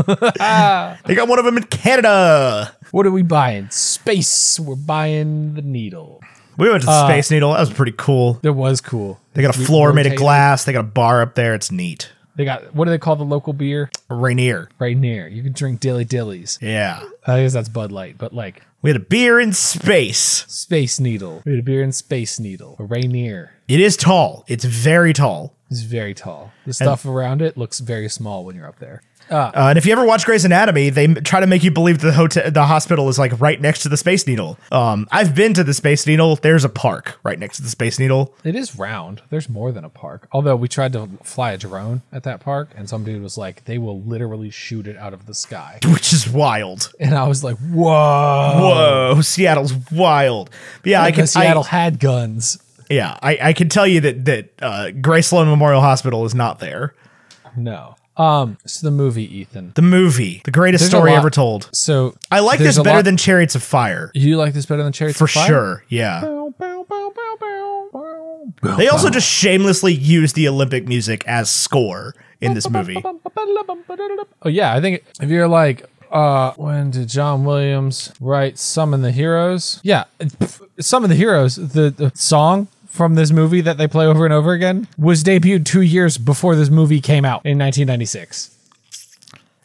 Speaker 3: Space Needle. they got one of them in Canada.
Speaker 2: What are we buying? Space. We're buying the needle.
Speaker 3: We went to the
Speaker 2: Ah.
Speaker 3: Space Needle. That was pretty cool.
Speaker 2: That was cool.
Speaker 3: They got a floor made of
Speaker 2: rotated.
Speaker 3: glass. They got a bar up there. It's neat.
Speaker 2: They got, what do they call the local beer?
Speaker 3: Rainier.
Speaker 2: right near. You can drink dilly dillies.
Speaker 3: Yeah.
Speaker 2: I guess that's Bud Light, but like
Speaker 3: We had a beer in space.
Speaker 2: Space Needle. We had a beer in Space Needle. A Rainier
Speaker 3: It is tall. It's very tall.
Speaker 2: is very tall. The stuff around it looks very small when you're up there.
Speaker 3: Uh, and if you ever watch Grey's Anatomy, they m- try to make you believe the hotel, the hospital is like right next to the Space Needle. Um, I've been to the Space Needle. There's a park right next to the Space Needle.
Speaker 2: It is round. There's more than a park. Although we tried to fly a drone at that park, and some dude was like, "They will literally shoot it out of the sky,"
Speaker 3: which is wild.
Speaker 2: and I was like, "Whoa!"
Speaker 3: Whoa, Seattle's wild. But yeah, I can.
Speaker 2: Because Seattle
Speaker 3: I,
Speaker 2: had guns.
Speaker 3: yeah, I, I can tell you that that uh, Gray Sloan Memorial Hospital is not there.
Speaker 2: No. Um. So the movie, Ethan.
Speaker 3: The movie, the greatest
Speaker 2: There's a
Speaker 3: story
Speaker 2: lot-
Speaker 3: ever told.
Speaker 2: So
Speaker 3: I like
Speaker 2: there's
Speaker 3: this
Speaker 2: a
Speaker 3: better
Speaker 2: lot-
Speaker 3: than Chariots of Fire
Speaker 2: you like this better than Cherry
Speaker 3: for sure. Yeah,
Speaker 2: Oh,
Speaker 3: they also just shamelessly use the Olympic music as score in this movie.
Speaker 2: Oh yeah, I think if you're like, uh, when did John Williams write "Summon the Heroes"? Yeah, "Summon the Heroes," the, the song from this movie that they play over and over again was debuted two years before this movie came out in 1996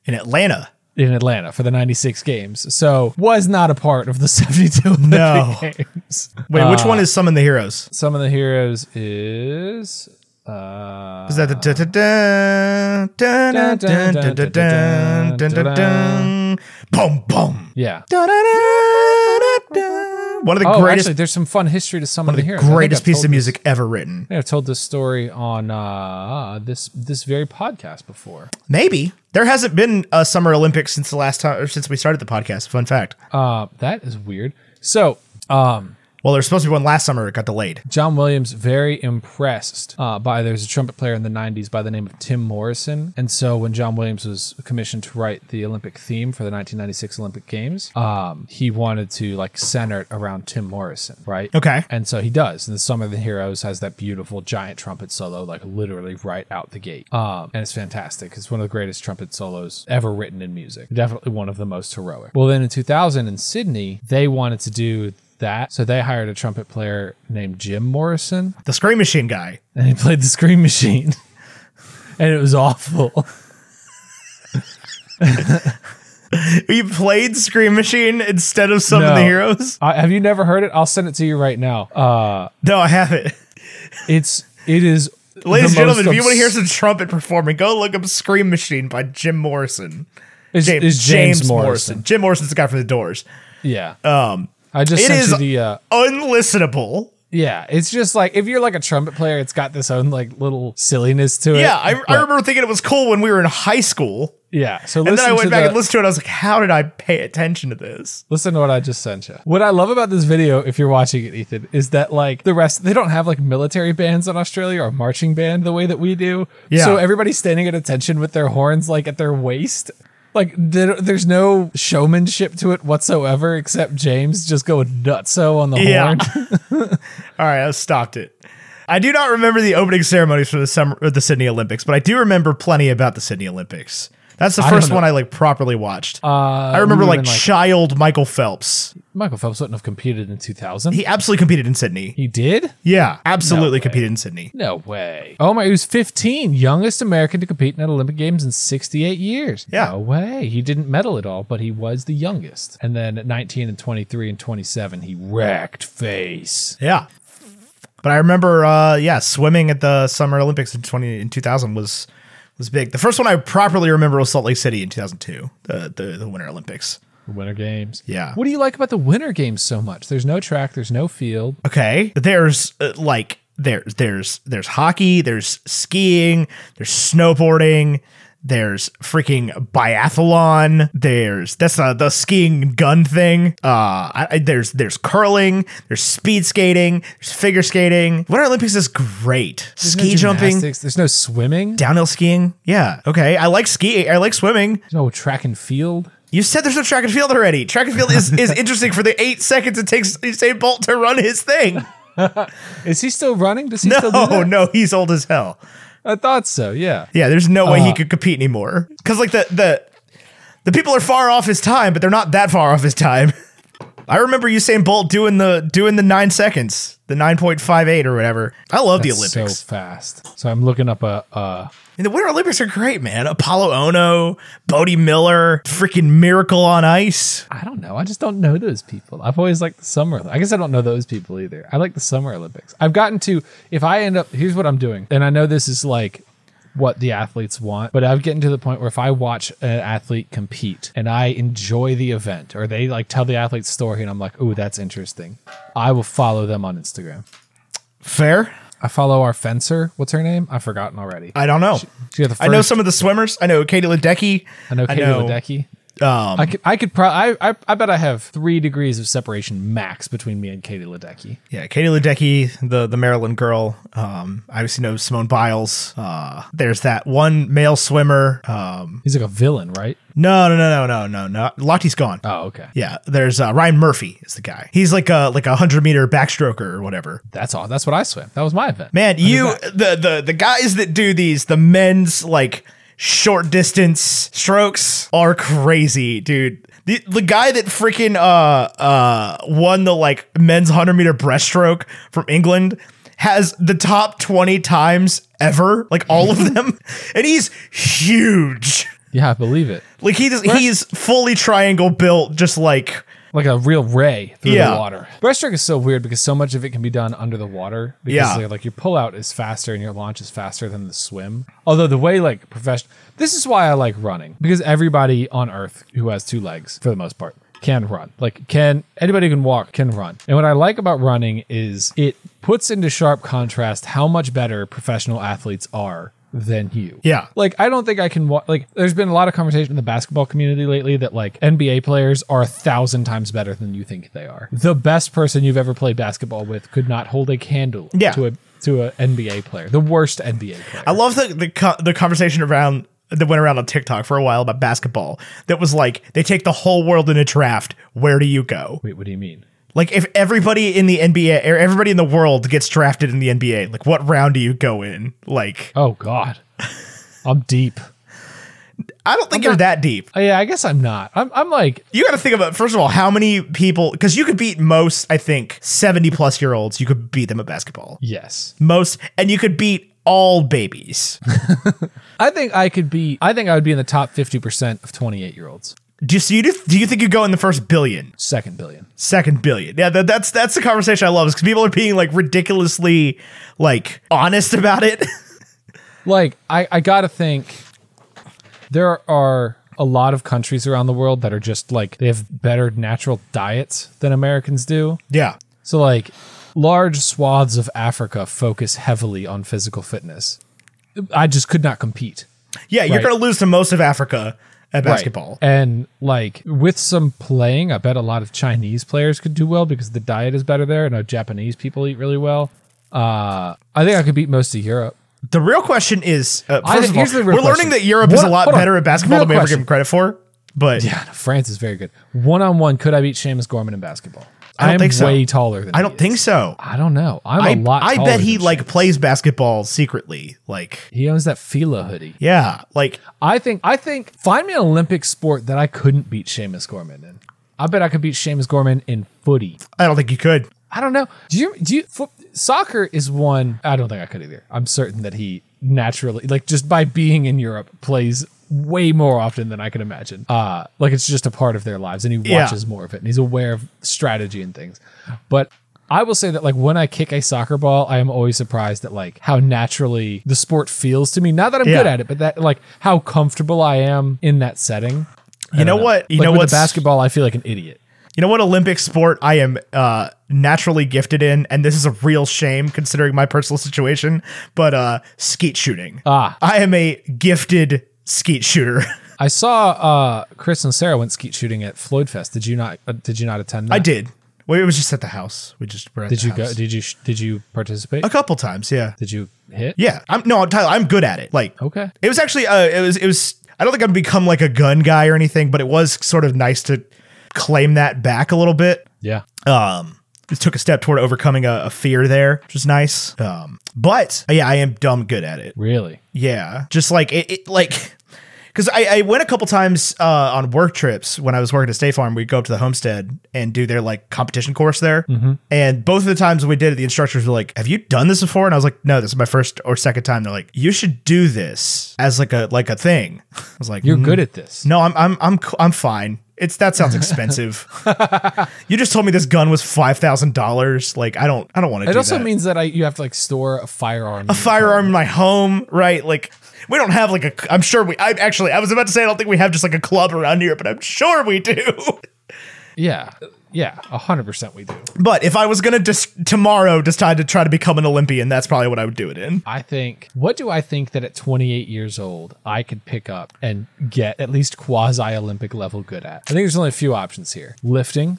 Speaker 3: In Atlanta,
Speaker 2: in Atlanta for the 96 games. So was not a part of the 72 Olympic
Speaker 3: No.
Speaker 2: games.
Speaker 3: wait, which
Speaker 2: Uh,
Speaker 3: one is Summon the Heroes?
Speaker 2: Some of the heroes is. Uh,
Speaker 3: Is that the da- da- da- da- da- da- da- da- da- da- da- da- boom boom?
Speaker 2: yeah.
Speaker 3: Da- da- da- da- da- One of the
Speaker 2: Oh,
Speaker 3: greatest,
Speaker 2: actually, there's some fun history to someone
Speaker 3: one of
Speaker 2: here.
Speaker 3: the
Speaker 2: I think
Speaker 3: greatest
Speaker 2: I've
Speaker 3: pieces
Speaker 2: told
Speaker 3: of music
Speaker 2: This,
Speaker 3: ever written.
Speaker 2: I think I've told this story on uh, this this very podcast before.
Speaker 3: Maybe there hasn't been a Summer Olympics since the last time, or since we started the podcast. Fun fact.
Speaker 2: Uh, that is weird. So, um,
Speaker 3: Well, there's supposed to be one last summer. It got delayed.
Speaker 2: John Williams very impressed uh, by there's a trumpet player in the '90s by the name of Tim Morrison, and so when John Williams was commissioned to write the Olympic theme for the 1996 Olympic Games, um, he wanted to like center it around Tim Morrison, right?
Speaker 3: Okay.
Speaker 2: and so he does. And the Summer of the Heroes has that beautiful giant trumpet solo, like literally right out the gate, um, and it's fantastic. It's one of the greatest trumpet solos ever written in music. Definitely one of the most heroic. Well, then in 2000 in Sydney, they wanted to do that. So they hired a trumpet player named Jim Morrison
Speaker 3: The Scream Machine guy.
Speaker 2: and he played the Scream Machine. and it was awful.
Speaker 3: He played Scream Machine instead of some of the
Speaker 2: No.
Speaker 3: heroes.
Speaker 2: I, have you never heard it? I'll send it to you right now. Uh,
Speaker 3: No, I haven't.
Speaker 2: it's, it is.
Speaker 3: Ladies and
Speaker 2: the most
Speaker 3: gentlemen, if you want to hear
Speaker 2: obs-
Speaker 3: some trumpet performing, go look up Scream Machine by Jim Morrison.
Speaker 2: is,
Speaker 3: James,
Speaker 2: is James, Morrison.
Speaker 3: Jim Morrison's the guy from The Doors.
Speaker 2: Yeah. Um, I just
Speaker 3: it
Speaker 2: sent
Speaker 3: is-
Speaker 2: you the. Uh,
Speaker 3: Unlistenable.
Speaker 2: yeah, it's just like if you're like a trumpet player, it's got this own like little silliness to it.
Speaker 3: Yeah, I, I
Speaker 2: But,
Speaker 3: remember thinking it was cool when we were in high school.
Speaker 2: yeah. So
Speaker 3: And
Speaker 2: listen
Speaker 3: then I went
Speaker 2: to
Speaker 3: back
Speaker 2: the,
Speaker 3: and listened to it. I was like, how did I pay attention to this?
Speaker 2: Listen to what I just sent you. What I love about this video, if you're watching it, Ethan, is that like the rest, they don't have like military bands in Australia or a marching band the way that we do.
Speaker 3: Yeah.
Speaker 2: So everybody's standing at attention with their horns like at their waist. Like there, there's no showmanship to it whatsoever, except James just going nutso on the
Speaker 3: Yeah.
Speaker 2: horn.
Speaker 3: All right, I stopped it. I do not remember the opening ceremonies for the summer or the Sydney Olympics, but I do remember plenty about the Sydney Olympics. That's the
Speaker 2: don't
Speaker 3: first
Speaker 2: know.
Speaker 3: one I like properly watched.
Speaker 2: Uh,
Speaker 3: I remember
Speaker 2: we would've
Speaker 3: like,
Speaker 2: been,
Speaker 3: child Michael Phelps.
Speaker 2: Michael Phelps wouldn't have competed in 2000. He,
Speaker 3: He absolutely competed in Sydney.
Speaker 2: did?
Speaker 3: Yeah,
Speaker 2: No
Speaker 3: absolutely
Speaker 2: way.
Speaker 3: competed in Sydney.
Speaker 2: No way. Oh my, he was 15, youngest American to compete in an Olympic Games in 68 years.
Speaker 3: Yeah.
Speaker 2: No way. He didn't medal at all, but he was the youngest. And then at 19 and 23 and 27, he wrecked face.
Speaker 3: Yeah. But I remember uh yeah, swimming at the Summer Olympics in 20 in 2000 was was big. The first one I properly remember was Salt Lake City in 2002, the the, the Winter Olympics.
Speaker 2: The Winter Games.
Speaker 3: Yeah.
Speaker 2: What do you like about the Winter Games so much? There's no track, there's no field.
Speaker 3: Okay. There's uh, like there there's there's hockey, there's skiing, there's snowboarding, there's freaking biathlon. There's that's the the skiing and gun thing. Uh, I, I- there's there's curling, there's speed skating, there's figure skating. Winter Olympics is great.
Speaker 2: There's no
Speaker 3: Ski jumping,
Speaker 2: gymnastics, There's no swimming.
Speaker 3: downhill skiing. Yeah. Okay. I like skiing. I like swimming.
Speaker 2: There's no track and field.
Speaker 3: You said there's no track and field already. Track and field is, is interesting for the eight seconds it takes Usain Bolt to run his thing.
Speaker 2: Is he still running? Does he still do
Speaker 3: No,
Speaker 2: that?
Speaker 3: no, he's old as hell.
Speaker 2: I thought so, yeah.
Speaker 3: Yeah, there's no way
Speaker 2: Uh-huh.
Speaker 3: he could compete anymore. Because like the the the people are far off his time, but they're not that far off his time. I remember Usain Bolt doing the doing the nine seconds, the nine point five eight or whatever. I love
Speaker 2: That's
Speaker 3: the Olympics.
Speaker 2: so fast. So I'm looking up a, a
Speaker 3: And the Winter Olympics are great, man. Apollo Ono, Bodie Miller, freaking Miracle on Ice.
Speaker 2: I don't know. I just don't know those people. I've always liked the summer. I guess I don't know those people either. I like the summer Olympics. I've gotten to if I end up here's what I'm doing, and I know this is like what the athletes want, but I've gotten to the point where if I watch an athlete compete and I enjoy the event, or they like tell the athlete's story, and I'm like, oh, that's interesting. I will follow them on Instagram.
Speaker 3: Fair?
Speaker 2: I follow our fencer. What's her name? I've forgotten already.
Speaker 3: I don't know.
Speaker 2: She got the
Speaker 3: I know
Speaker 2: first-
Speaker 3: some of the swimmers. I know Katie Ledecky.
Speaker 2: I know Katie Ledecky.
Speaker 3: Um,
Speaker 2: I could, I could, pro- I, I, I bet I have three degrees of separation max between me and Katie Ledecky.
Speaker 3: Yeah, Katie Ledecky, the the Maryland girl. Um, I obviously know Simone Biles. Uh, there's that one male swimmer. Um,
Speaker 2: He's like a villain, right?
Speaker 3: no, no, no, no, no, no, no. Lottie's gone.
Speaker 2: Oh, okay.
Speaker 3: Yeah, there's uh, Ryan Murphy is the guy. He's like a like a hundred meter backstroker or whatever.
Speaker 2: That's all. That's what I swim. That was my event.
Speaker 3: Man, you the the the guys that do these the men's like short distance strokes are crazy, dude. The, the guy that freaking uh uh won the like men's 100 meter breaststroke from England has the top 20 times ever, like all of them. And he's huge.
Speaker 2: Yeah, I believe it.
Speaker 3: Like he does, he's fully triangle built just like
Speaker 2: Like a real ray through
Speaker 3: Yeah.
Speaker 2: the water. Breaststroke is so weird because so much of it can be done under the water. Because
Speaker 3: Yeah.
Speaker 2: like your pullout is faster and your launch is faster than the swim. Although the way like professional, this is why I like running because everybody on earth who has two legs for the most part can run. Like can anybody who can walk can run. And what I like about running is it puts into sharp contrast how much better professional athletes are than you.
Speaker 3: Yeah.
Speaker 2: Like I don't think I can wa- like there's been a lot of conversation in the basketball community lately that like NBA players are a thousand times better than you think they are. The best person you've ever played basketball with could not hold a candle
Speaker 3: Yeah.
Speaker 2: to a to a NBA player. The worst NBA player.
Speaker 3: I love the the, co- the conversation around that went around on TikTok for a while about basketball. That was like they take the whole world in a draft. Where do you go?
Speaker 2: Wait, what do you mean?
Speaker 3: Like if everybody in the NBA or er, everybody in the world gets drafted in the NBA, like what round do you go in? Like
Speaker 2: Oh god. I'm deep.
Speaker 3: I don't think you're that deep.
Speaker 2: Oh, yeah, I guess I'm not. I'm I'm like
Speaker 3: You got to think about first of all how many people because you could beat most. I think seventy plus year olds you could beat them at basketball.
Speaker 2: yes.
Speaker 3: Most and you could beat all babies.
Speaker 2: I think I could be. I think I would be in the top fifty percent of twenty-eight year olds.
Speaker 3: do you, so you do, do you think you go in the first billion?
Speaker 2: Second billion.
Speaker 3: second billion. Yeah, that, that's that's the conversation I love is because people are being like ridiculously like honest about it.
Speaker 2: Like I, I gotta think. There are a lot of countries around the world that are just like they have better natural diets than Americans do.
Speaker 3: yeah.
Speaker 2: So like large swaths of Africa focus heavily on physical fitness. I just could not compete.
Speaker 3: Yeah, you're
Speaker 2: Right.
Speaker 3: gonna lose to most of Africa at basketball.
Speaker 2: And like with some playing, I bet a lot of Chinese players could do well because the diet is better there. I know Japanese people eat really well. Uh, I think I could beat most of Europe.
Speaker 3: The real question is uh,
Speaker 2: I-
Speaker 3: first of all,
Speaker 2: here's the real
Speaker 3: we're learning
Speaker 2: question.
Speaker 3: that Europe is
Speaker 2: What-
Speaker 3: a lot
Speaker 2: hold on.
Speaker 3: better at basketball
Speaker 2: Real
Speaker 3: than we ever
Speaker 2: question.
Speaker 3: give them credit for. But
Speaker 2: God, France is very good. One on one, could I beat Seamus Gorman in basketball? I
Speaker 3: don't
Speaker 2: am
Speaker 3: think so.
Speaker 2: way taller than
Speaker 3: I
Speaker 2: he
Speaker 3: don't
Speaker 2: is.
Speaker 3: think so.
Speaker 2: I don't know. I'm
Speaker 3: I,
Speaker 2: am a lot.
Speaker 3: I
Speaker 2: taller
Speaker 3: bet he
Speaker 2: than
Speaker 3: like
Speaker 2: Seamus.
Speaker 3: plays basketball secretly. Like
Speaker 2: he owns that Fila hoodie.
Speaker 3: yeah, like
Speaker 2: I think I think find me an Olympic sport that I couldn't beat Seamus Gorman in. I bet I could beat Seamus Gorman in footy.
Speaker 3: I don't think you could.
Speaker 2: I don't know. Do you do you fo- soccer is one I don't think I could either. I'm certain that he naturally like just by being in Europe plays way more often than I can imagine. Uh like it's just a part of their lives and he
Speaker 3: Yeah.
Speaker 2: watches more of it and he's aware of strategy and things. But I will say that like when I kick a soccer ball, I am always surprised at like how naturally the sport feels to me. Not that I'm good
Speaker 3: Yeah.
Speaker 2: at it, but that like how comfortable I am in that setting.
Speaker 3: You know, what? You
Speaker 2: like
Speaker 3: know
Speaker 2: with
Speaker 3: what's
Speaker 2: the basketball, I feel like an idiot.
Speaker 3: You know what Olympic sport I am uh, naturally gifted in, and this is a real shame considering my personal situation. But uh, skeet shooting.
Speaker 2: Ah.
Speaker 3: I am a gifted skeet shooter.
Speaker 2: I saw uh, Chris and Sarah went skeet shooting at Floyd Fest. Did you not? Uh, did you not attend? That?
Speaker 3: I did. Well, it was just at the house. We just were at
Speaker 2: Did
Speaker 3: the
Speaker 2: you go?
Speaker 3: house.
Speaker 2: Did you? sh- Did you participate?
Speaker 3: a couple times? Yeah,
Speaker 2: Did you hit?
Speaker 3: yeah. I'm no Tyler. I'm good at it. Like
Speaker 2: Okay.
Speaker 3: It was actually. Uh, it was. It was. I don't think I've become like a gun guy or anything, but it was sort of nice to claim that back a little bit.
Speaker 2: Yeah.
Speaker 3: um it took a step toward overcoming a, a fear there which is nice um but yeah i am dumb good at it
Speaker 2: Really?
Speaker 3: yeah just like it, it like because I, I went a couple times uh, on work trips when I was working at State Farm. We'd go up to the homestead and do their like competition course there. And both of the times we did it, the instructors were like, "Have you done this before?" And I was like, "No, this is my first or second time." They're like, "You should do this as like a like a thing." I was like,
Speaker 2: You're good at this.
Speaker 3: Mm-hmm. no, I'm I'm I'm c- I'm fine. It's that sounds expensive. you just told me this gun was five thousand dollars. Like I don't I don't want to.
Speaker 2: It
Speaker 3: do
Speaker 2: also
Speaker 3: that.
Speaker 2: means that I you have to like store a firearm. A
Speaker 3: firearm in my home, right? Like we don't have like a. I'm sure we. I actually I was about to say I don't think we have just like a club around here, but I'm sure we do.
Speaker 2: Yeah. Yeah. A hundred percent. We do.
Speaker 3: but if I was gonna just tomorrow decide to try to become an Olympian, that's probably what I would do it in.
Speaker 2: I think. What do I think that at 28 years old I could pick up and get at least quasi Olympic level good at? I think there's only a few options here. Lifting.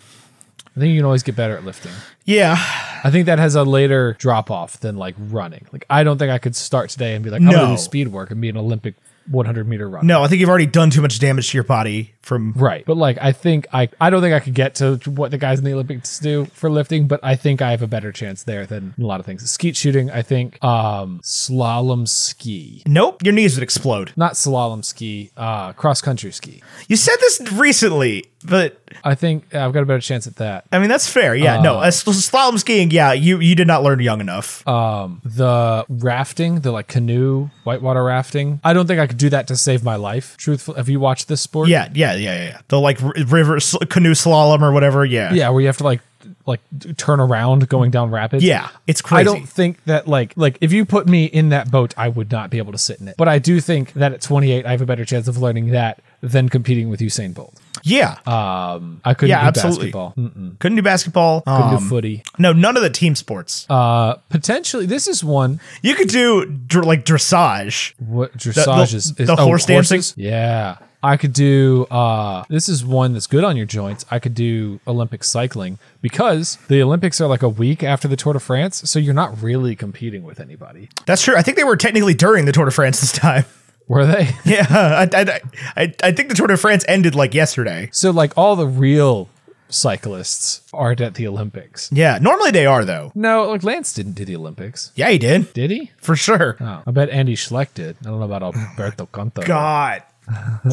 Speaker 2: I think you can always get better at lifting.
Speaker 3: Yeah,
Speaker 2: I think that has a later drop off than like running. Like I don't think I could start today and be like, I'm
Speaker 3: No.
Speaker 2: gonna do speed work and be an Olympic 100 meter runner.
Speaker 3: no, I think you've already done too much damage to your body from.
Speaker 2: Right. But like I think I I don't think I could get to what the guys in the Olympics do for lifting, but I think I have a better chance there than a lot of things. Skeet shooting, I think um slalom ski.
Speaker 3: Nope, your knees would explode.
Speaker 2: Not slalom ski, uh cross country ski.
Speaker 3: You said this recently, but
Speaker 2: I think I've got a better chance at that.
Speaker 3: I mean, that's fair. Yeah, no, uh, sl- slalom skiing. Yeah, you you did not learn young enough.
Speaker 2: Uh. The rafting, the like canoe, whitewater rafting. I don't think I could do that to save my life. Truthful, have you watched this sport?
Speaker 3: yeah, yeah, yeah, yeah, yeah. The like r- river sl- canoe slalom or whatever. Yeah,
Speaker 2: Yeah, where you have to like like turn around going down rapids.
Speaker 3: yeah. It's crazy.
Speaker 2: I don't think that like like if you put me in that boat, I would not be able to sit in it. But I do think that at 28, I have a better chance of learning that than competing with Usain Bolt.
Speaker 3: Yeah.
Speaker 2: Um, I couldn't
Speaker 3: Yeah,
Speaker 2: do
Speaker 3: absolutely.
Speaker 2: basketball. Mm-mm.
Speaker 3: Couldn't do basketball.
Speaker 2: Couldn't
Speaker 3: Um,
Speaker 2: do footy.
Speaker 3: no, none of the team sports.
Speaker 2: Uh, potentially, this is one.
Speaker 3: you could do dr- like dressage.
Speaker 2: What dressage
Speaker 3: the-
Speaker 2: is, is
Speaker 3: the horse dancing?
Speaker 2: horses? Yeah, I could do. Uh, this is one that's good on your joints. I could do Olympic cycling because the Olympics are like a week after the Tour de France, so you're not really competing with anybody,
Speaker 3: That's true. I think they were technically during the Tour de France this time.
Speaker 2: were they?
Speaker 3: Yeah, I, I, I, I think the Tour de France ended like yesterday.
Speaker 2: so like all the real cyclists aren't at the Olympics.
Speaker 3: Yeah, normally they are though.
Speaker 2: No, like Lance didn't do the Olympics,
Speaker 3: Yeah, he did
Speaker 2: did he?
Speaker 3: for sure.
Speaker 2: Oh, I bet Andy Schleck did. I don't know about Alberto Canto.
Speaker 3: God,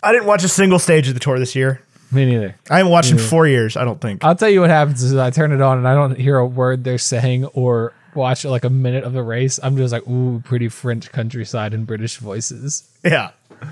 Speaker 3: I didn't watch a single stage of the tour this year.
Speaker 2: Me neither.
Speaker 3: I haven't watched in four years. I don't think.
Speaker 2: I'll tell you what happens is I turn it on and I don't hear a word they're saying or watch like a minute of the race. I'm just like, ooh, pretty French countryside and British voices.
Speaker 3: yeah. Um,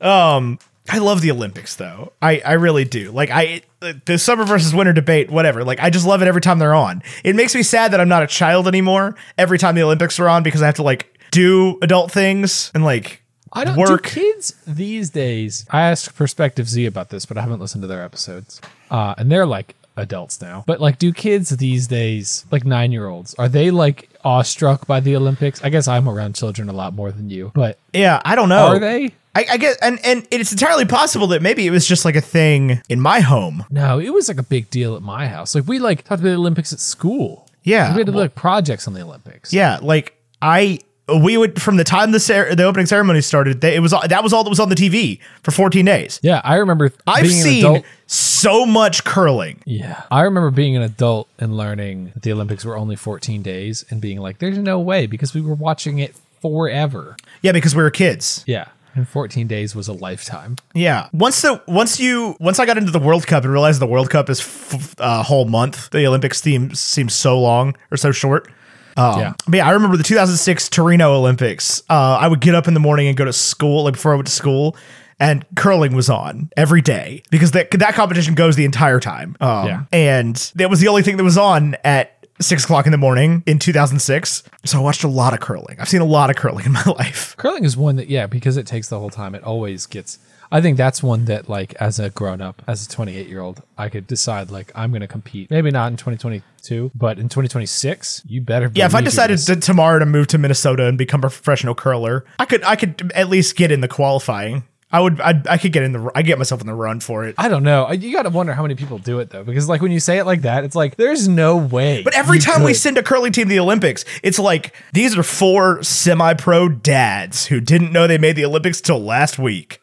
Speaker 3: I love the Olympics though. I I really do. Like I the summer versus winter debate, whatever. Like I just love it every time they're on. It makes me sad that I'm not a child anymore every time the Olympics are on because I have to like do adult things and like
Speaker 2: I don't
Speaker 3: work.
Speaker 2: do kids these days. I asked Perspective Z about this, but I haven't listened to their episodes. Uh, and they're like adults now. But like, do kids these days, like nine year olds, are they like awestruck by the Olympics? I guess I'm around children a lot more than you, but
Speaker 3: Yeah, I don't know.
Speaker 2: are they?
Speaker 3: I, I guess, and and it's entirely possible that maybe it was just like a thing in my home.
Speaker 2: No, it was like a big deal at my house. Like we like talked about the Olympics at school.
Speaker 3: Yeah,
Speaker 2: we had to
Speaker 3: well-
Speaker 2: like projects on the Olympics.
Speaker 3: Yeah, like I, we would from the time the cer- the opening ceremony started, they, it was that was all that was on the TV for 14 days.
Speaker 2: Yeah, I remember
Speaker 3: I've
Speaker 2: being
Speaker 3: seen
Speaker 2: an adult.
Speaker 3: so much curling.
Speaker 2: Yeah, I remember being an adult and learning that the Olympics were only 14 days and being like, "There's no way," because we were watching it forever.
Speaker 3: Yeah, because we were kids.
Speaker 2: Yeah, and 14 days was a lifetime.
Speaker 3: Yeah. Once the once you once I got into the World Cup and realized the World Cup is f- a whole month. The Olympics theme seems so long or so short. Um,
Speaker 2: Yeah.
Speaker 3: but yeah, I remember the 2006 Torino Olympics. Uh, I would get up in the morning and go to school, like before I went to school, and curling was on every day because that that competition goes the entire time. Um,
Speaker 2: Yeah.
Speaker 3: and that was the only thing that was on at six o'clock in the morning in 2006. So I watched a lot of curling. I've seen a lot of curling in my life.
Speaker 2: Curling is one that, yeah, because it takes the whole time. It always gets. I think that's one that, like, as a grown up, as a 28 year old, I could decide like I'm going to compete. Maybe not in 2022, but in 2026, you better.
Speaker 3: Yeah, if I
Speaker 2: believe you're
Speaker 3: decided
Speaker 2: gonna
Speaker 3: to, tomorrow to move to Minnesota and become a professional curler, I could I could at least get in the qualifying. I would I, I could get in the I get myself in the run for it.
Speaker 2: I don't know. You got to wonder how many people do it though, because like when you say it like that, it's like there's no way.
Speaker 3: But every
Speaker 2: you
Speaker 3: time we
Speaker 2: could.
Speaker 3: send a curling team to the Olympics, it's like these are four semi-pro dads who didn't know they made the Olympics till last week.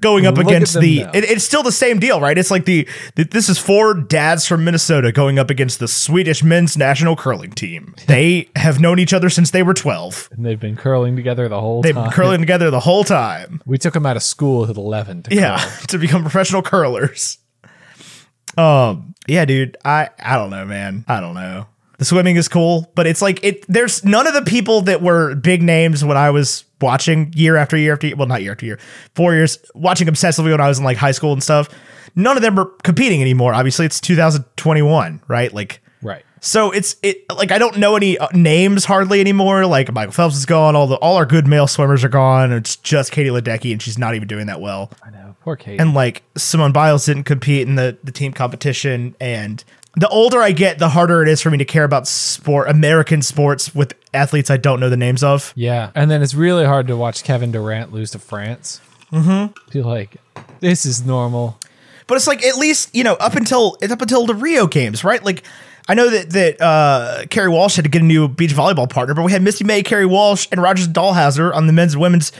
Speaker 3: going up
Speaker 2: Look at
Speaker 3: against
Speaker 2: them
Speaker 3: the
Speaker 2: now.
Speaker 3: it- it's still the same deal, right? It's like the, the this is four dads from Minnesota going up against the Swedish men's national curling team. They have known each other since they were 12.
Speaker 2: and they've been curling together the whole
Speaker 3: They've been
Speaker 2: time.
Speaker 3: curling together the whole time.
Speaker 2: we took them out of school at eleven. To
Speaker 3: Yeah,
Speaker 2: curl.
Speaker 3: to become professional curlers. Um, yeah, dude. I I don't know, man. I don't know. The swimming is cool, but it's like it. There's none of the people that were big names when I was watching year after year after year. Well, not year after year, four years watching obsessively when I was in like high school and stuff. None of them are competing anymore. Obviously, it's 2021, right? Like
Speaker 2: right.
Speaker 3: so it's it like I don't know any uh, names hardly anymore. Like Michael Phelps is gone. All the all our good male swimmers are gone. It's just Katie Ledecky, and she's not even doing that well.
Speaker 2: I know. Poor Kate.
Speaker 3: And like Simone Biles didn't compete in the the team competition. And the older I get, the harder it is for me to care about sport, American sports with athletes I don't know the names of.
Speaker 2: yeah, and then it's really hard to watch Kevin Durant lose to France. Mm-hmm. Be like, this is normal.
Speaker 3: But it's like at least you know up until it's up until the Rio games, right? Like I know that that uh, Carrie Walsh had to get a new beach volleyball partner, but we had Misty May, Carrie Walsh, and Rogers Dahlhauser on the men's and women's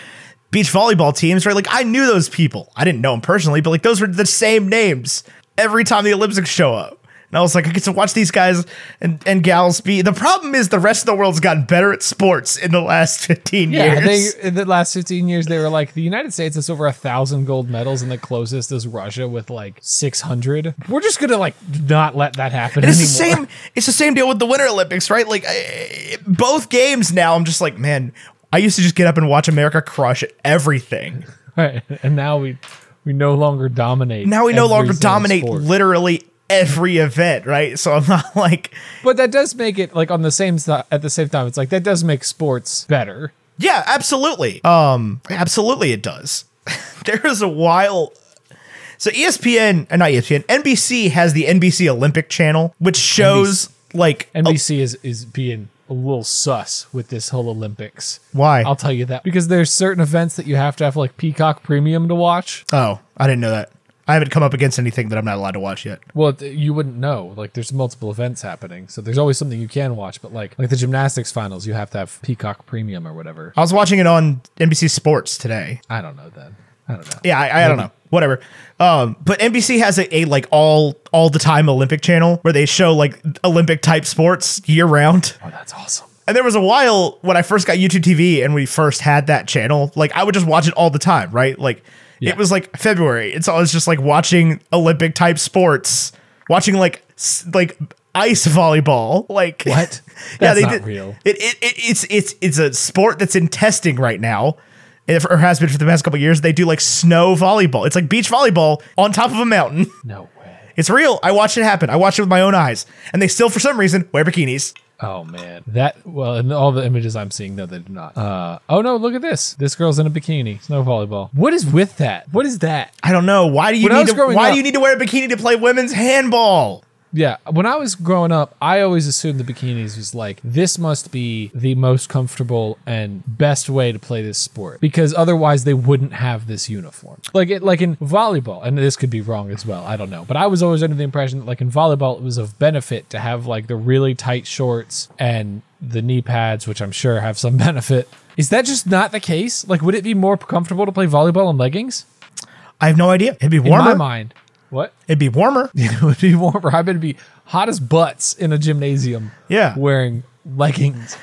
Speaker 3: beach volleyball teams, right? Like I knew those people. I didn't know them personally, but like those were the same names every time the Olympics show up. And I was like, I get to watch these guys and, and gals be. The problem is the rest of the world's gotten better at sports in the last 15
Speaker 2: Yeah,
Speaker 3: years.
Speaker 2: they in the last fifteen years they were like the United States has over a thousand gold medals, and the closest is Russia with like six hundred. We're just gonna like not let that happen
Speaker 3: And it's the
Speaker 2: anymore.
Speaker 3: same. It's the same deal with the Winter Olympics, right? Like I, both games now, I'm just like, man, I used to just get up and watch America crush everything.
Speaker 2: Right. And now we we no longer dominate.
Speaker 3: Now we no
Speaker 2: every
Speaker 3: longer
Speaker 2: single
Speaker 3: dominate
Speaker 2: sport.
Speaker 3: literally every event, right? So I'm not like,
Speaker 2: but that does make it like on the same si- at the same time. It's like that does make sports better.
Speaker 3: yeah, absolutely, um, absolutely, it does. there was a while So ESPN, uh, not ESPN, NBC has the NBC Olympic channel, which shows like a-
Speaker 2: NBC is is being a little sus with this whole Olympics.
Speaker 3: Why?
Speaker 2: I'll tell you that because there's certain events that you have to have like Peacock Premium to watch.
Speaker 3: oh, I didn't know that. I haven't come up against anything that I'm not allowed to watch yet.
Speaker 2: Well, th- you wouldn't know. Like there's multiple events happening, so there's always something you can watch. But like like the gymnastics finals, you have to have Peacock Premium or whatever.
Speaker 3: I was watching it on NBC Sports today.
Speaker 2: I don't know then. I don't know.
Speaker 3: Yeah, I, I don't know. Whatever. Um, but NBC has a, a like all all the time Olympic channel where they show like Olympic type sports year round.
Speaker 2: Oh, that's awesome.
Speaker 3: And there was a while when I first got YouTube TV and we first had that channel, like I would just watch it all the time, right? Like
Speaker 2: Yeah.
Speaker 3: it was like February. It's always just like watching Olympic type sports, watching like s- like ice volleyball, like
Speaker 2: What?
Speaker 3: yeah,
Speaker 2: That's
Speaker 3: they
Speaker 2: not
Speaker 3: did.
Speaker 2: real.
Speaker 3: It, it, it it's it's it's a sport that's in testing right now. If, or has been for the past couple years, they do like snow volleyball. It's like beach volleyball on top of a mountain.
Speaker 2: No way.
Speaker 3: It's real. I watched it happen. I watched it with my own eyes. And they still, for some reason, wear bikinis.
Speaker 2: Oh man, that well, and all the images I'm seeing, no, they do not. Uh, oh no, look at this. This girl's in a bikini, snow volleyball. What is with that? What is that?
Speaker 3: I don't know. Why do you
Speaker 2: When I
Speaker 3: need
Speaker 2: was
Speaker 3: to,
Speaker 2: growing
Speaker 3: why
Speaker 2: up-
Speaker 3: do you need to wear a bikini to play women's handball?
Speaker 2: Yeah, when I was growing up, I always assumed the bikinis was like this must be the most comfortable and best way to play this sport because otherwise they wouldn't have this uniform. Like it, like in volleyball, and this could be wrong as well. I don't know, but I was always under the impression that like in volleyball it was of benefit to have like the really tight shorts and the knee pads, which I'm sure have some benefit. Is that just not the case? Like, would it be more comfortable to play volleyball in leggings?
Speaker 3: I have no idea. It'd be
Speaker 2: In
Speaker 3: warmer.
Speaker 2: my mind, what?
Speaker 3: It'd be warmer.
Speaker 2: it would be warmer. I would be hot as butts in a gymnasium.
Speaker 3: Yeah.
Speaker 2: Wearing leggings.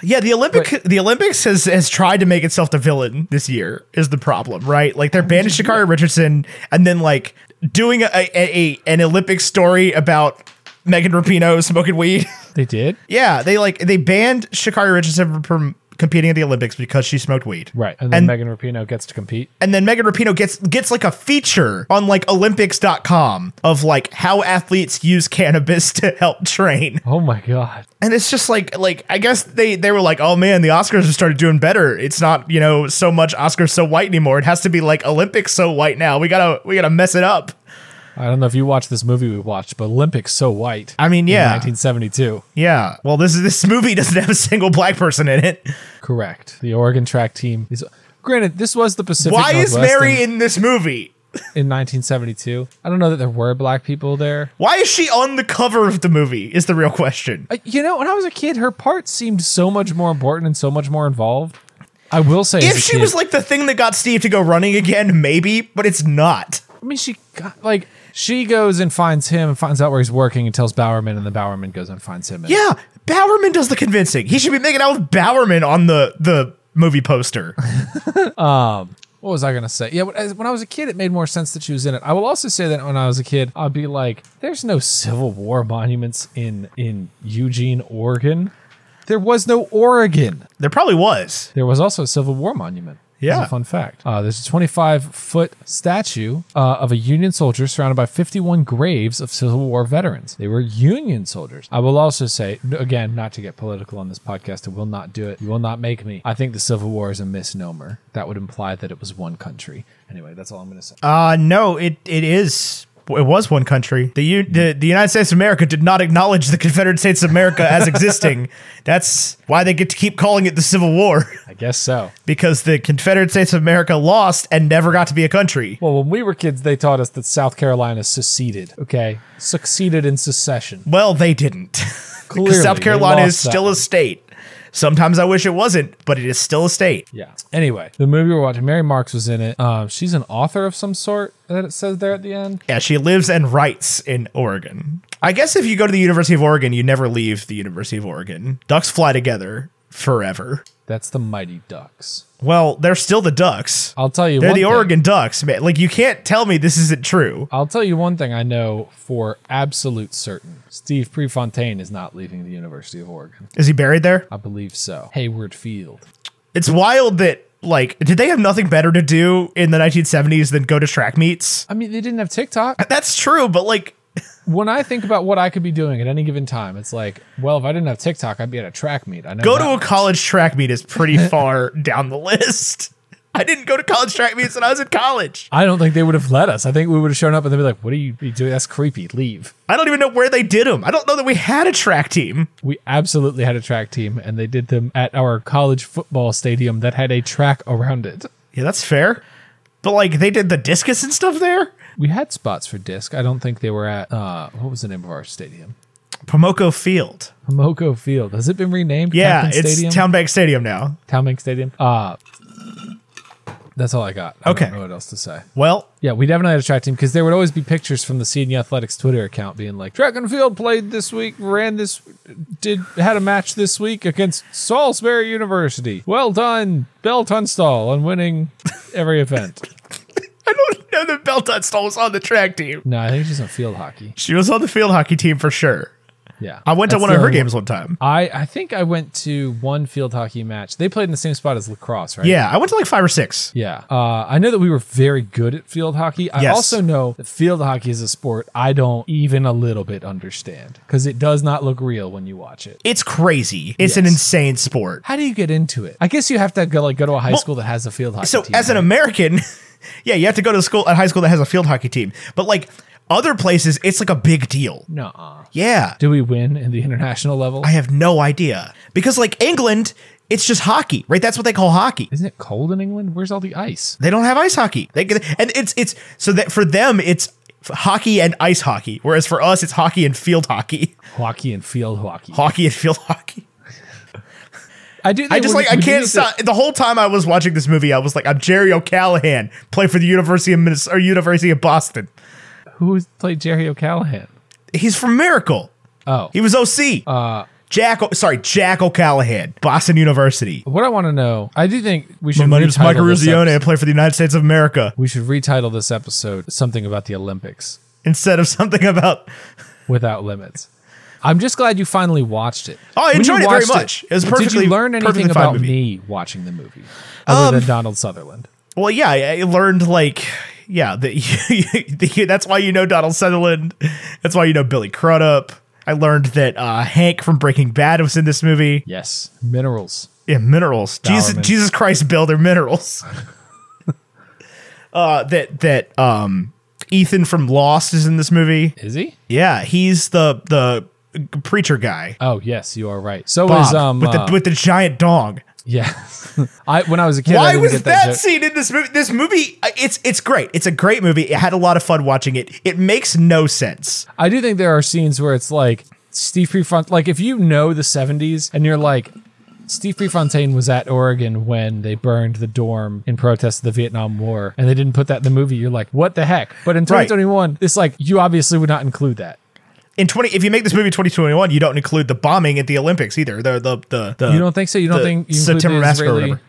Speaker 3: Yeah, the Olympic the Olympics has has tried to make itself the villain this year is the problem, right? Like
Speaker 2: Oh,
Speaker 3: they're banning Shakira Richardson and then like doing a, a, a an Olympic story about Megan Rapinoe smoking weed.
Speaker 2: They did?
Speaker 3: yeah, they like they banned Shakira Richardson from competing at the Olympics because she smoked weed.
Speaker 2: Right. And then
Speaker 3: And-
Speaker 2: Megan Rapinoe gets to compete.
Speaker 3: and then Megan Rapinoe gets gets like a feature on like Olympics.com of like how athletes use cannabis to help train.
Speaker 2: Oh my God.
Speaker 3: And it's just like like I guess they they were like, "Oh man, the Oscars have started doing better. It's not, you know, so much Oscars so white anymore. It has to be like Olympics so white now. We got to we got to mess it up."
Speaker 2: I don't know if you watched this movie we watched, but Olympics so white.
Speaker 3: I mean,
Speaker 2: in
Speaker 3: yeah.
Speaker 2: 1972.
Speaker 3: Yeah. Well, this is this movie doesn't have a single black person in it.
Speaker 2: Correct. The Oregon track team is. Granted, this was the Pacific
Speaker 3: Why is
Speaker 2: Northwest
Speaker 3: Mary
Speaker 2: in,
Speaker 3: in this movie?
Speaker 2: in 1972. I don't know that there were black people there.
Speaker 3: Why is she on the cover of the movie? Is the real question.
Speaker 2: I- You know, when I was a kid, her part seemed so much more important and so much more involved. I will say, as
Speaker 3: If
Speaker 2: a
Speaker 3: she
Speaker 2: kid-
Speaker 3: was like the thing that got Steve to go running again, maybe, but it's not.
Speaker 2: I mean, she got like she goes and finds him and finds out where he's working and tells Bowerman, and then Bowerman goes and finds him. And
Speaker 3: Yeah, Bowerman does the convincing. He should be making out with Bowerman on the the movie poster.
Speaker 2: What was I gonna say? Yeah, when as- when I was a kid, it made more sense that she was in it. I will also say that when I was a kid, I'd be like, "There's no Civil War monuments in in Eugene, Oregon. There was no Oregon.
Speaker 3: there probably was.
Speaker 2: There was also a Civil War monument."
Speaker 3: Yeah.
Speaker 2: As a fun fact. Uh, there's a 25 foot statue uh, of a Union soldier surrounded by 51 graves of Civil War veterans. They were Union soldiers. I will also say, n- again, not to get political on this podcast, I will not do it. You will not make me. I think the Civil War is a misnomer. That would imply that it was one country. Anyway, that's all I'm going to say.
Speaker 3: Uh no, it it is it was one country. The, U- the the United States of America did not acknowledge the Confederate States of America as existing. That's why they get to keep calling it the Civil War
Speaker 2: I guess so.
Speaker 3: because the Confederate States of America lost and never got to be a country.
Speaker 2: Well, when we were kids, they taught us that South Carolina seceded. Okay. Succeeded in secession.
Speaker 3: Well, they didn't.
Speaker 2: Clearly,
Speaker 3: Because South
Speaker 2: they
Speaker 3: Carolina
Speaker 2: lost
Speaker 3: is
Speaker 2: that
Speaker 3: still
Speaker 2: one.
Speaker 3: a state. Sometimes I wish it wasn't, but it is still a state.
Speaker 2: Yeah. Anyway, the movie we're watching, Mary Marks was in it. Um, she's an author of some sort that it says there at the end.
Speaker 3: Yeah, she lives and writes in Oregon. I guess if you go to the University of Oregon, you never leave the University of Oregon. Ducks fly together forever.
Speaker 2: That's the Mighty Ducks.
Speaker 3: Well, they're still the Ducks.
Speaker 2: I'll tell you.
Speaker 3: They're
Speaker 2: one
Speaker 3: the
Speaker 2: thing.
Speaker 3: Oregon Ducks, man. Like you can't tell me this isn't true.
Speaker 2: I'll tell you one thing I know for absolute certain: Steve Prefontaine is not leaving the University of Oregon.
Speaker 3: Is he buried there?
Speaker 2: I believe so. Hayward Field.
Speaker 3: It's wild that like did they have nothing better to do in the 1970s than go to track meets?
Speaker 2: I mean, they didn't have TikTok.
Speaker 3: That's true, but like
Speaker 2: When I think about what I could be doing at any given time, it's like, well, if I didn't have TikTok, I'd be at a track meet. I know.
Speaker 3: go
Speaker 2: that.
Speaker 3: to a college track meet is pretty far down the list. I didn't go to college track meets when I was in college.
Speaker 2: I don't think they would have let us. I think we would have shown up and they'd be like, "What are you be doing? That's creepy. Leave."
Speaker 3: I don't even know where they did them. I don't know that we had a track team.
Speaker 2: We absolutely had a track team, and they did them at our college football stadium that had a track around it.
Speaker 3: Yeah, that's fair. But like they did the discus and stuff there.
Speaker 2: We had spots for disc. I don't think they were at uh, what was the name of our stadium?
Speaker 3: Pomoko Field.
Speaker 2: Moco Field. Has it been renamed?
Speaker 3: Yeah,
Speaker 2: Captain
Speaker 3: it's
Speaker 2: Stadium?
Speaker 3: Townbank Stadium now.
Speaker 2: Townbank Stadium. Uh that's all I got. I
Speaker 3: Okay.
Speaker 2: Don't know what else to say?
Speaker 3: Well,
Speaker 2: Yeah, we definitely had a track team because there would always be pictures from the CNU Athletics Twitter account being like, track and field played this week, ran this, did had a match this week against Salisbury University. Well done, Bell Tunstall, on winning every event.
Speaker 3: I don't know that Belle Tunstall was on the track team.
Speaker 2: no, I think she's on field hockey.
Speaker 3: She was on the field hockey team for sure.
Speaker 2: Yeah,
Speaker 3: I went to
Speaker 2: That's
Speaker 3: one
Speaker 2: the
Speaker 3: of her
Speaker 2: only-
Speaker 3: games one time.
Speaker 2: I I think I went to one field hockey match. They played in the same spot as lacrosse, right?
Speaker 3: Yeah, I went to like five or six.
Speaker 2: Yeah. Uh, I know that we were very good at field hockey. I
Speaker 3: Yes.
Speaker 2: also know that field hockey is a sport I don't even a little bit understand because it does not look real when you watch it.
Speaker 3: It's crazy. It's an
Speaker 2: Yes.
Speaker 3: insane sport.
Speaker 2: How do you get into it? I guess you have to go like go to a high school that has a field hockey
Speaker 3: So
Speaker 2: team.
Speaker 3: as an American, yeah, you have to go to a school a high school that has a field hockey team. But like other places, it's like a big deal.
Speaker 2: no,
Speaker 3: Yeah.
Speaker 2: do we win in the international level?
Speaker 3: I have no idea. Because like England, it's just hockey, right? That's what they call hockey.
Speaker 2: Isn't it cold in England? Where's all the ice?
Speaker 3: They don't have ice hockey. They get- and it's it's so that for them it's f- hockey and ice hockey, whereas for us it's hockey and field hockey,
Speaker 2: Hockey and field hockey.
Speaker 3: hockey and field hockey.
Speaker 2: I do.
Speaker 3: I just
Speaker 2: we-
Speaker 3: like I
Speaker 2: we do
Speaker 3: can't
Speaker 2: need to-
Speaker 3: stop. The whole time I was watching this movie, I was like, I'm Jerry O'Callahan, play for the University of Minnesota or University of Boston.
Speaker 2: Who played Jerry O'Callahan?
Speaker 3: He's from Miracle.
Speaker 2: Oh,
Speaker 3: He was OC. Jack, O- sorry, Jack O'Callahan, Boston University.
Speaker 2: what I want to know. I do think we should.
Speaker 3: My name is
Speaker 2: retitle
Speaker 3: Mike
Speaker 2: this
Speaker 3: Ruzione. I
Speaker 2: episode-
Speaker 3: play for the United States of America
Speaker 2: We should retitle this episode something about the Olympics.
Speaker 3: instead of something about.
Speaker 2: without limits. I'm just glad you finally watched it.
Speaker 3: Oh, I
Speaker 2: When you
Speaker 3: enjoyed it very
Speaker 2: watched
Speaker 3: much. It was
Speaker 2: Did
Speaker 3: perfectly-
Speaker 2: you learn
Speaker 3: perfectly
Speaker 2: anything
Speaker 3: fine
Speaker 2: about
Speaker 3: movie. Um,
Speaker 2: me watching the movie other than Donald Sutherland?
Speaker 3: Well, yeah, I I learned like, yeah, that the, that's why you know Donald Sutherland. That's why you know Billy Crudup. I learned that uh, Hank from Breaking Bad was in this movie.
Speaker 2: Yes, minerals.
Speaker 3: Yeah, minerals. Jesus,
Speaker 2: Bowerman.
Speaker 3: Jesus Christ, Bill, they're minerals. uh, that that um, Ethan from Lost is in this movie.
Speaker 2: Is he?
Speaker 3: Yeah, he's the the preacher guy.
Speaker 2: Oh, yes, you are right. So
Speaker 3: Bob,
Speaker 2: is um
Speaker 3: with the
Speaker 2: uh,
Speaker 3: with the giant dong.
Speaker 2: yeah. I when I was a kid, I
Speaker 3: Why
Speaker 2: didn't
Speaker 3: was
Speaker 2: get
Speaker 3: that,
Speaker 2: that, joke.
Speaker 3: scene in this movie? This movie, uh, it's it's great. It's a great movie. I had a lot of fun watching it. It makes no sense.
Speaker 2: I do think there are scenes where it's like Steve Prefontaine. Like if you know the '70s and you're like. Steve Prefontaine was at Oregon when they burned the dorm in protest of the Vietnam War, and they didn't put that in the movie. You're like, what the heck? But in
Speaker 3: Right.
Speaker 2: 2021, it's like you obviously would not include that.
Speaker 3: In twenty, if you make this movie twenty twenty one, you don't include the bombing at the Olympics either. The the the, the
Speaker 2: You don't think so? You don't
Speaker 3: Uh, the
Speaker 2: think you include
Speaker 3: September
Speaker 2: the
Speaker 3: massacre or
Speaker 2: Israeli-
Speaker 3: whatever.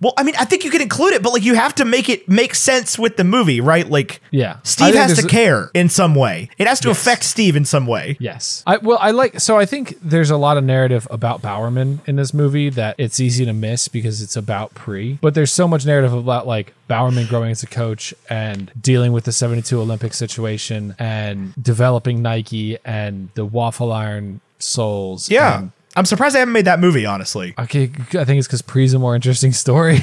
Speaker 3: Well, I mean, I think you can include it, but like you have to make it make sense with the movie, right? Like,
Speaker 2: Yeah. I
Speaker 3: Steve
Speaker 2: think
Speaker 3: has
Speaker 2: there's
Speaker 3: to
Speaker 2: a-
Speaker 3: care in some way. It has to affect Steve in some way.
Speaker 2: Yes. I well I like so I think there's a lot of narrative about Bowerman in this movie that it's easy to miss because it's about pre. But there's so much narrative about like Bowerman growing as a coach and dealing with the 72 Olympic situation and developing Nike and the waffle iron soles.
Speaker 3: Yeah,
Speaker 2: and-
Speaker 3: Um, I'm surprised they haven't made that movie. Honestly,
Speaker 2: okay, I think it's cuz pre's a more interesting story.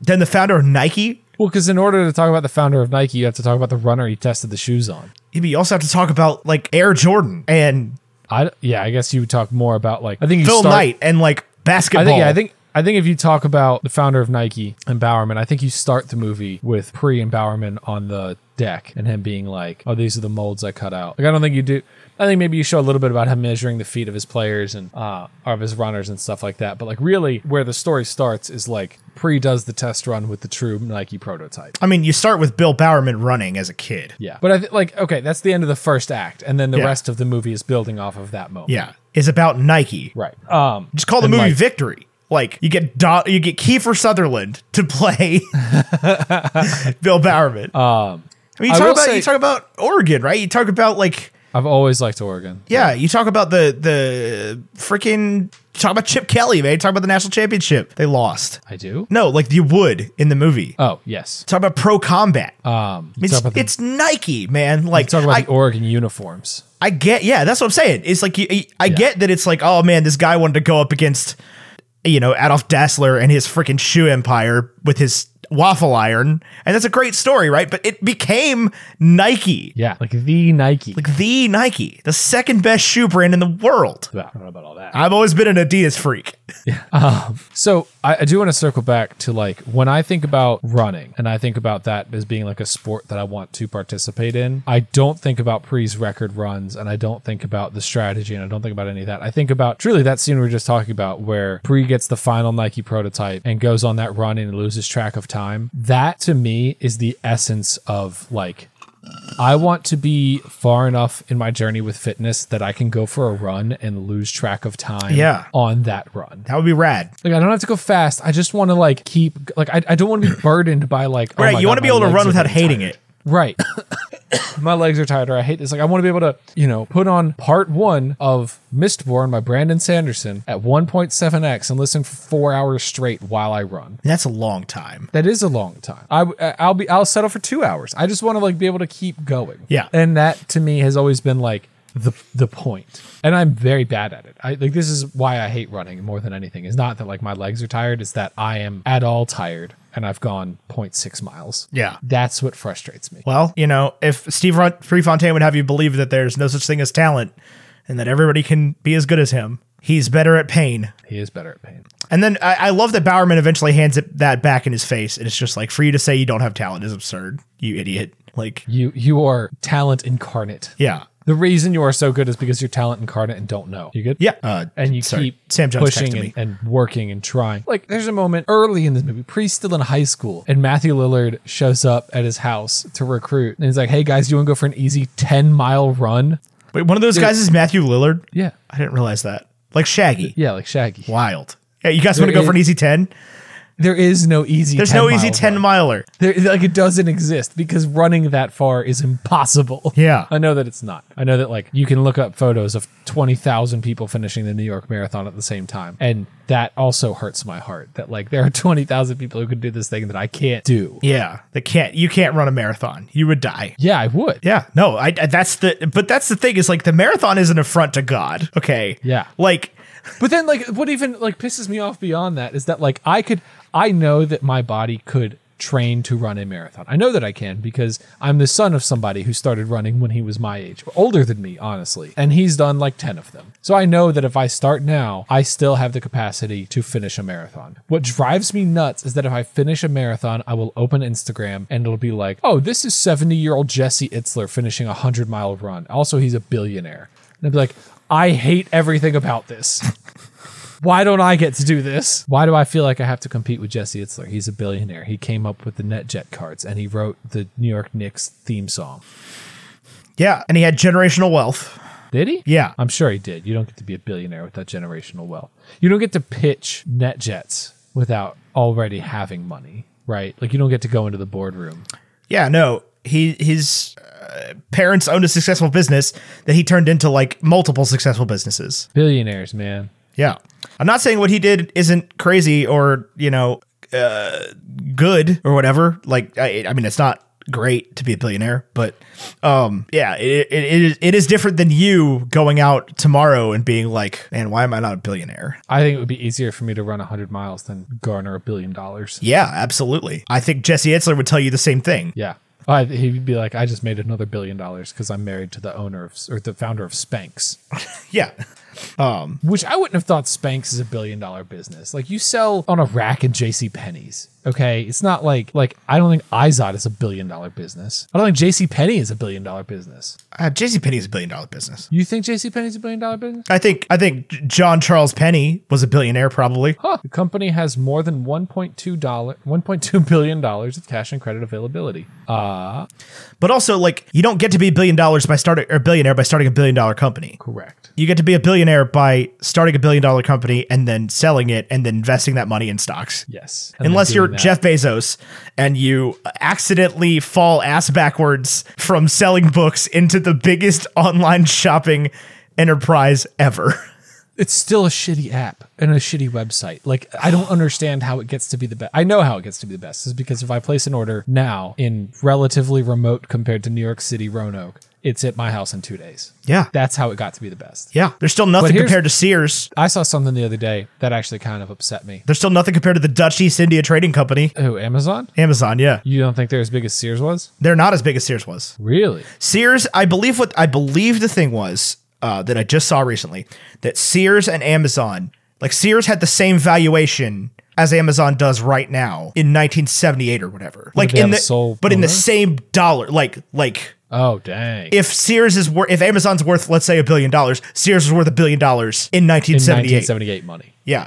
Speaker 3: then the founder of Nike.
Speaker 2: well, cuz in order to talk about the founder of Nike, you have to talk about the runner he tested the shoes on.
Speaker 3: You also have to talk about like Air Jordan and
Speaker 2: I yeah, I guess you would talk more about like I think you
Speaker 3: Phil
Speaker 2: start-
Speaker 3: Knight and like basketball.
Speaker 2: I think yeah, I think I think if you talk about the founder of Nike and Bowerman, I think you start the movie with Pre and Bowerman on the deck and him being like, "Oh, these are the molds I cut out." Like I don't think you do. I think maybe you show a little bit about him measuring the feet of his players and uh, or of his runners and stuff like that. But like really, where the story starts is like Pre does the test run with the true Nike prototype.
Speaker 3: I mean, you start with Bill Bowerman running as a kid.
Speaker 2: Yeah, but I think like okay, that's the end of the first act, and then the
Speaker 3: Yeah.
Speaker 2: rest of the movie is building off of that moment.
Speaker 3: Yeah, is about Nike.
Speaker 2: right. Um,
Speaker 3: Just call the
Speaker 2: And,
Speaker 3: movie
Speaker 2: like-
Speaker 3: Victory. Like you get Do- you get Kiefer Sutherland to play Bill Bowerman. Um, I mean, you
Speaker 2: I
Speaker 3: talk
Speaker 2: will
Speaker 3: about
Speaker 2: say-
Speaker 3: you talk about Oregon, right? You talk about like
Speaker 2: I've always liked Oregon.
Speaker 3: yeah, you talk about the the freaking talk about Chip Kelly, man. You talk about the national championship they lost.
Speaker 2: I do.
Speaker 3: No, like you would in the movie.
Speaker 2: Oh yes.
Speaker 3: talk about pro combat.
Speaker 2: Um, you
Speaker 3: it's,
Speaker 2: talk about the-
Speaker 3: it's Nike, man. Like
Speaker 2: talk about
Speaker 3: I,
Speaker 2: the Oregon uniforms.
Speaker 3: I get, yeah, that's what I'm saying. It's like you, I get that it's like, oh man, this guy wanted to go up against you know, Adolf Dassler and his freaking shoe empire with his waffle iron. And that's a great story, right? But it became Nike,
Speaker 2: Yeah, like the Nike.
Speaker 3: like the Nike, the second best shoe brand in the world.
Speaker 2: Well, I don't know about all that.
Speaker 3: I've always been an Adidas freak.
Speaker 2: So I, I do want to circle back to like when I think about running and I think about that as being like a sport that I want to participate in. I don't think about Pre's record runs and I don't think about the strategy and I don't think about any of that. I think about truly that scene we were just talking about where Pre gets the final Nike prototype and goes on that run and loses track of time. That to me is the essence of like I want to be far enough in my journey with fitness that I can go for a run and lose track of time
Speaker 3: Yeah.
Speaker 2: on that run.
Speaker 3: That would be rad.
Speaker 2: Like I don't have to go fast. I just want to like keep like I, I don't want to be burdened by like oh
Speaker 3: right.
Speaker 2: my
Speaker 3: you
Speaker 2: God,
Speaker 3: want to be
Speaker 2: my
Speaker 3: able to
Speaker 2: legs
Speaker 3: run
Speaker 2: are
Speaker 3: without
Speaker 2: getting
Speaker 3: hating
Speaker 2: tired.
Speaker 3: it.
Speaker 2: Right. my legs are tired or I hate this. Like I want to be able to, you know, put on part one of Mistborn by Brandon Sanderson at 1.7x and listen for four hours straight while I run.
Speaker 3: That's a long time.
Speaker 2: That is a long time. I w- uh, I'll be I'll settle for two hours. I just want to like be able to keep going.
Speaker 3: Yeah.
Speaker 2: and that to me has always been like the the point. And I'm very bad at it. I like this is why I hate running more than anything. It's not that like my legs are tired. It's that I am at all tired and I've gone 0.6 miles.
Speaker 3: Yeah.
Speaker 2: that's what frustrates me.
Speaker 3: Well, you know, if Steve Ron- Prefontaine would have you believe that there's no such thing as talent and that everybody can be as good as him, he's better at pain.
Speaker 2: He is better at pain.
Speaker 3: And then I, I love that Bowerman eventually hands it that back in his face, and it's just like for you to say you don't have talent is absurd, you idiot. Like,
Speaker 2: You you are talent incarnate.
Speaker 3: yeah,
Speaker 2: The reason you are so good is because you're talent incarnate and don't know. You good?
Speaker 3: yeah. Uh,
Speaker 2: and you
Speaker 3: sorry,
Speaker 2: keep
Speaker 3: Sam Jones
Speaker 2: pushing
Speaker 3: texted me.
Speaker 2: and, and working and trying. Like there's a moment early in this movie, Priest still in high school, and Matthew Lillard shows up at his house to recruit, and he's like, "Hey guys, you want to go for an easy ten mile run?"
Speaker 3: Wait, one of those guys is Matthew Lillard.
Speaker 2: Yeah,
Speaker 3: I didn't realize that. Like Shaggy,
Speaker 2: yeah, like Shaggy.
Speaker 3: wild. Yeah, you guys want to
Speaker 2: There
Speaker 3: go for an
Speaker 2: is-
Speaker 3: easy ten?
Speaker 2: There is no easy.
Speaker 3: There's no easy
Speaker 2: mile
Speaker 3: ten
Speaker 2: run.
Speaker 3: miler.
Speaker 2: There, like it doesn't exist because running that far is impossible.
Speaker 3: Yeah.
Speaker 2: I know that it's not. I know that like you can look up photos of twenty thousand people finishing the New York Marathon at the same time, and that also hurts my heart. That like there are twenty thousand people who could do this thing that I can't do.
Speaker 3: Yeah, they can't. You can't run a marathon. You would die.
Speaker 2: Yeah, I would.
Speaker 3: Yeah, no, I, I- that's the but that's the thing is like the marathon is an affront to God. Okay.
Speaker 2: Yeah.
Speaker 3: Like
Speaker 2: But then like what even like pisses me off beyond that is that like I could I know that my body could train to run a marathon. I know that I can because I'm the son of somebody who started running when he was my age, or older than me, honestly. And he's done like 10 of them. So I know that if I start now, I still have the capacity to finish a marathon. What drives me nuts is that if I finish a marathon, I will open Instagram and it'll be like, "Oh, this is 70-year-old Jesse Itzler finishing a 100-mile run. Also, he's a billionaire." And I'd be like, "I hate everything about this." Why don't I get to do this? Why do I feel like I have to compete with Jesse Itzler? He's a billionaire. He came up with the NetJet cards and he wrote the New York Knicks theme song.
Speaker 3: yeah, and he had generational wealth.
Speaker 2: Did he?
Speaker 3: Yeah.
Speaker 2: I'm sure he did. You don't get to be a billionaire without generational wealth. You don't get to pitch NetJets without already having money, right? Like you don't get to go into the boardroom.
Speaker 3: Yeah, no. He his uh, parents owned a successful business that he turned into like multiple successful businesses.
Speaker 2: Billionaires, man.
Speaker 3: Yeah. I'm not saying what he did isn't crazy or, you know, uh good or whatever. Like I I mean it's not great to be a billionaire, but um yeah, it it, it is it is different than you going out tomorrow and being like, "Man, why am I not a billionaire?"
Speaker 2: I think it would be easier for me to run 100 miles than garner a billion dollars.
Speaker 3: Yeah, absolutely. I think Jesse Itzler would tell you the same thing.
Speaker 2: Yeah. I, he'd be like, I just made another billion dollars because I'm married to the owner of, or the founder of Spanx.
Speaker 3: Yeah.
Speaker 2: Which I wouldn't have thought Spanx is a billion dollar business. Like you sell on a rack in JC Penney's. Okay. It's not like like I don't think Izod is a billion dollar business. I don't think JC Penney is a billion dollar business.
Speaker 3: Uh, JC Penney's a billion dollar business.
Speaker 2: You think JC Penney's a billion dollar business?
Speaker 3: I think I think J- John Charles Penny was a billionaire probably.
Speaker 2: Huh. The company has more than 1.2 dollar 1.2 billion dollars of cash and credit availability. Uh
Speaker 3: But also like you don't get to be a billion dollars by starting or billionaire by starting a billion dollar company.
Speaker 2: correct.
Speaker 3: You get to be a billionaire by starting a billion dollar company and then selling it and then investing that money in stocks.
Speaker 2: Yes.
Speaker 3: Unless you're
Speaker 2: Jeff.
Speaker 3: Jeff Bezos and you accidentally fall ass backwards from selling books into the biggest online shopping enterprise ever.
Speaker 2: it's still a shitty app and a shitty website. Like I don't understand how it gets to be the best. I know how it gets to be the best is because if I place an order now in relatively remote compared to New York City Roanoke, It's at my house in two days.
Speaker 3: Yeah.
Speaker 2: That's how it got to be the best.
Speaker 3: yeah. There's still
Speaker 2: But
Speaker 3: nothing
Speaker 2: here's-
Speaker 3: compared to Sears.
Speaker 2: I saw something the other day that actually kind of upset me.
Speaker 3: There's still nothing compared to the Dutch East India Trading Company.
Speaker 2: Oh, Amazon?
Speaker 3: Amazon, yeah.
Speaker 2: You don't think they're as big as Sears was?
Speaker 3: They're not as big as Sears was.
Speaker 2: Really?
Speaker 3: Sears, I believe what I believe the thing was uh, that I just saw recently that Sears and Amazon, like Sears had the same valuation as Amazon does right now in 1978 or whatever. Like
Speaker 2: they
Speaker 3: in
Speaker 2: have a
Speaker 3: the
Speaker 2: sole
Speaker 3: but in the
Speaker 2: owner?
Speaker 3: same dollar, like like
Speaker 2: Oh, dang.
Speaker 3: if Sears is worth if Amazon's worth let's say a billion dollars, Sears was worth a billion dollars in
Speaker 2: in 1978
Speaker 3: 1978.
Speaker 2: money.
Speaker 3: Yeah.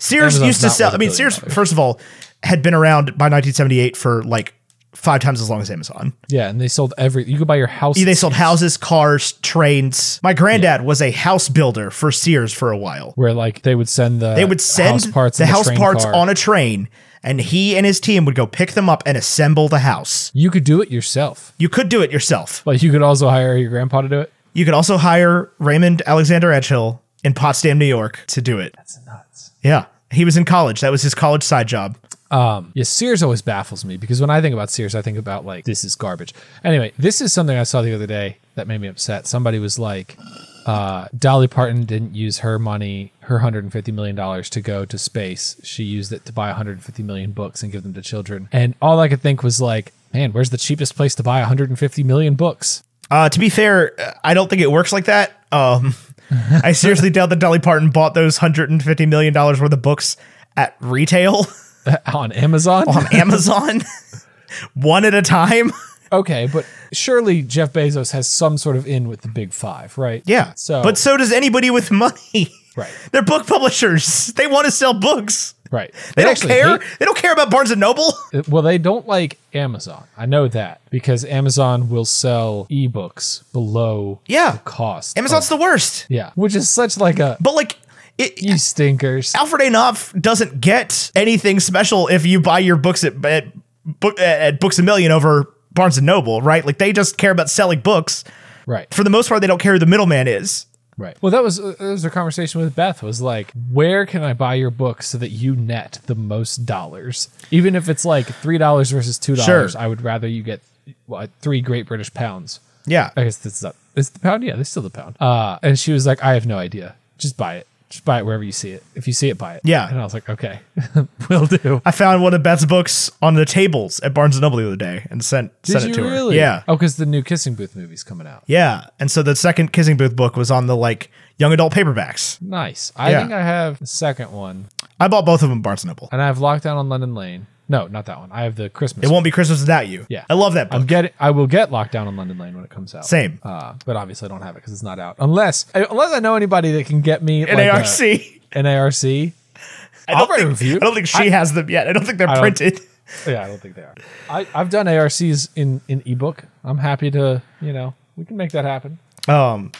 Speaker 3: Sears
Speaker 2: Amazon's
Speaker 3: used to
Speaker 2: not
Speaker 3: sell.
Speaker 2: worth a
Speaker 3: I mean,
Speaker 2: billion
Speaker 3: Sears,
Speaker 2: dollars.
Speaker 3: first of all, had been around by 1978 for like five times as long as Amazon.
Speaker 2: Yeah, and they sold every. You could buy your house.
Speaker 3: They sold houses, cars, trains. My granddad was a house builder for Sears for a while.
Speaker 2: where like they would send the
Speaker 3: They would send
Speaker 2: house parts
Speaker 3: the
Speaker 2: in
Speaker 3: house
Speaker 2: train
Speaker 3: parts
Speaker 2: car.
Speaker 3: on a train, and he and his team would go pick them up and assemble the house.
Speaker 2: You could do it yourself.
Speaker 3: You could do it yourself.
Speaker 2: Like you could also hire your grandpa to do it.
Speaker 3: You could also hire Raymond Alexander Edgehill in Potsdam, New York to do it.
Speaker 2: That's nuts.
Speaker 3: Yeah. He was in college. That was his college side job.
Speaker 2: Um, Yeah, Sears always baffles me because when I think about Sears, I think about like this is garbage. Anyway, this is something I saw the other day that made me upset. Somebody was like, uh, Dolly Parton didn't use her money, her hundred and fifty million dollars to go to space. She used it to buy 150 million books and give them to children. And all I could think was like, man, where's the cheapest place to buy 150 million books?
Speaker 3: Uh, to be fair, I don't think it works like that. Um, I seriously doubt that Dolly Parton bought those $150 million worth of books at retail.
Speaker 2: on Amazon?
Speaker 3: on Amazon one at a time.
Speaker 2: Okay, but surely Jeff Bezos has some sort of in with the big five, right? So,
Speaker 3: but so does anybody with money.
Speaker 2: Right.
Speaker 3: They're book publishers. They want to sell books.
Speaker 2: right.
Speaker 3: They, don't
Speaker 2: actually
Speaker 3: care.
Speaker 2: hate-
Speaker 3: they don't care about Barnes and Noble.
Speaker 2: well, they don't like Amazon. I know that because Amazon will sell ebooks below
Speaker 3: Yeah.
Speaker 2: the cost.
Speaker 3: Amazon's
Speaker 2: of-
Speaker 3: the worst.
Speaker 2: yeah, which is such like a
Speaker 3: But like it,
Speaker 2: you stinkers.
Speaker 3: Alfred A. Knopf doesn't get anything special if you buy your books at, at, book, at Books a Million over Barnes and Noble, right? Like they just care about selling books.
Speaker 2: Right.
Speaker 3: For the most part, they don't care who the middleman is.
Speaker 2: Right. Well, that was uh, that was our conversation with Beth. Was like, where can I buy your book so that you net the most dollars? Even if it's like three dollars versus two dollars, I would rather you get well, three Great British pounds.
Speaker 3: Yeah.
Speaker 2: I guess this is up. Is it the pound? Yeah, this is still the pound. Uh, and she was like, I have no idea. Just buy it. Just buy it wherever you see it. If you see it, buy it.
Speaker 3: Yeah.
Speaker 2: And I was like, okay, will do.
Speaker 3: I found one of Beth's books on the tables at Barnes and Noble the other day and sent sent it to her. Yeah.
Speaker 2: Oh, because the new Kissing Booth movie's coming out.
Speaker 3: Yeah. And so the second Kissing Booth book was on the like young adult paperbacks.
Speaker 2: Nice. I
Speaker 3: Yeah.
Speaker 2: think I have the second one,
Speaker 3: I bought both of them at Barnes and Noble.
Speaker 2: and I have Lockdown on London Lane. No, not that one. I have the Christmas.
Speaker 3: It won't be Christmas without you.
Speaker 2: Yeah.
Speaker 3: I love that book.
Speaker 2: I'm getting. I will get Lockdown on London Lane when it comes out.
Speaker 3: Same.
Speaker 2: Uh, but obviously, I don't have it because it's not out. Unless, unless I know anybody that can get me
Speaker 3: An
Speaker 2: like a-
Speaker 3: ARC. I
Speaker 2: an ARC.
Speaker 3: don't
Speaker 2: I'll write a
Speaker 3: think-
Speaker 2: review.
Speaker 3: I don't think she has them yet. I don't think they're
Speaker 2: don't-
Speaker 3: printed.
Speaker 2: Yeah, I don't think they are. I, I've done ARCs in in ebook. I'm happy to, you know, we can make that happen.
Speaker 3: Um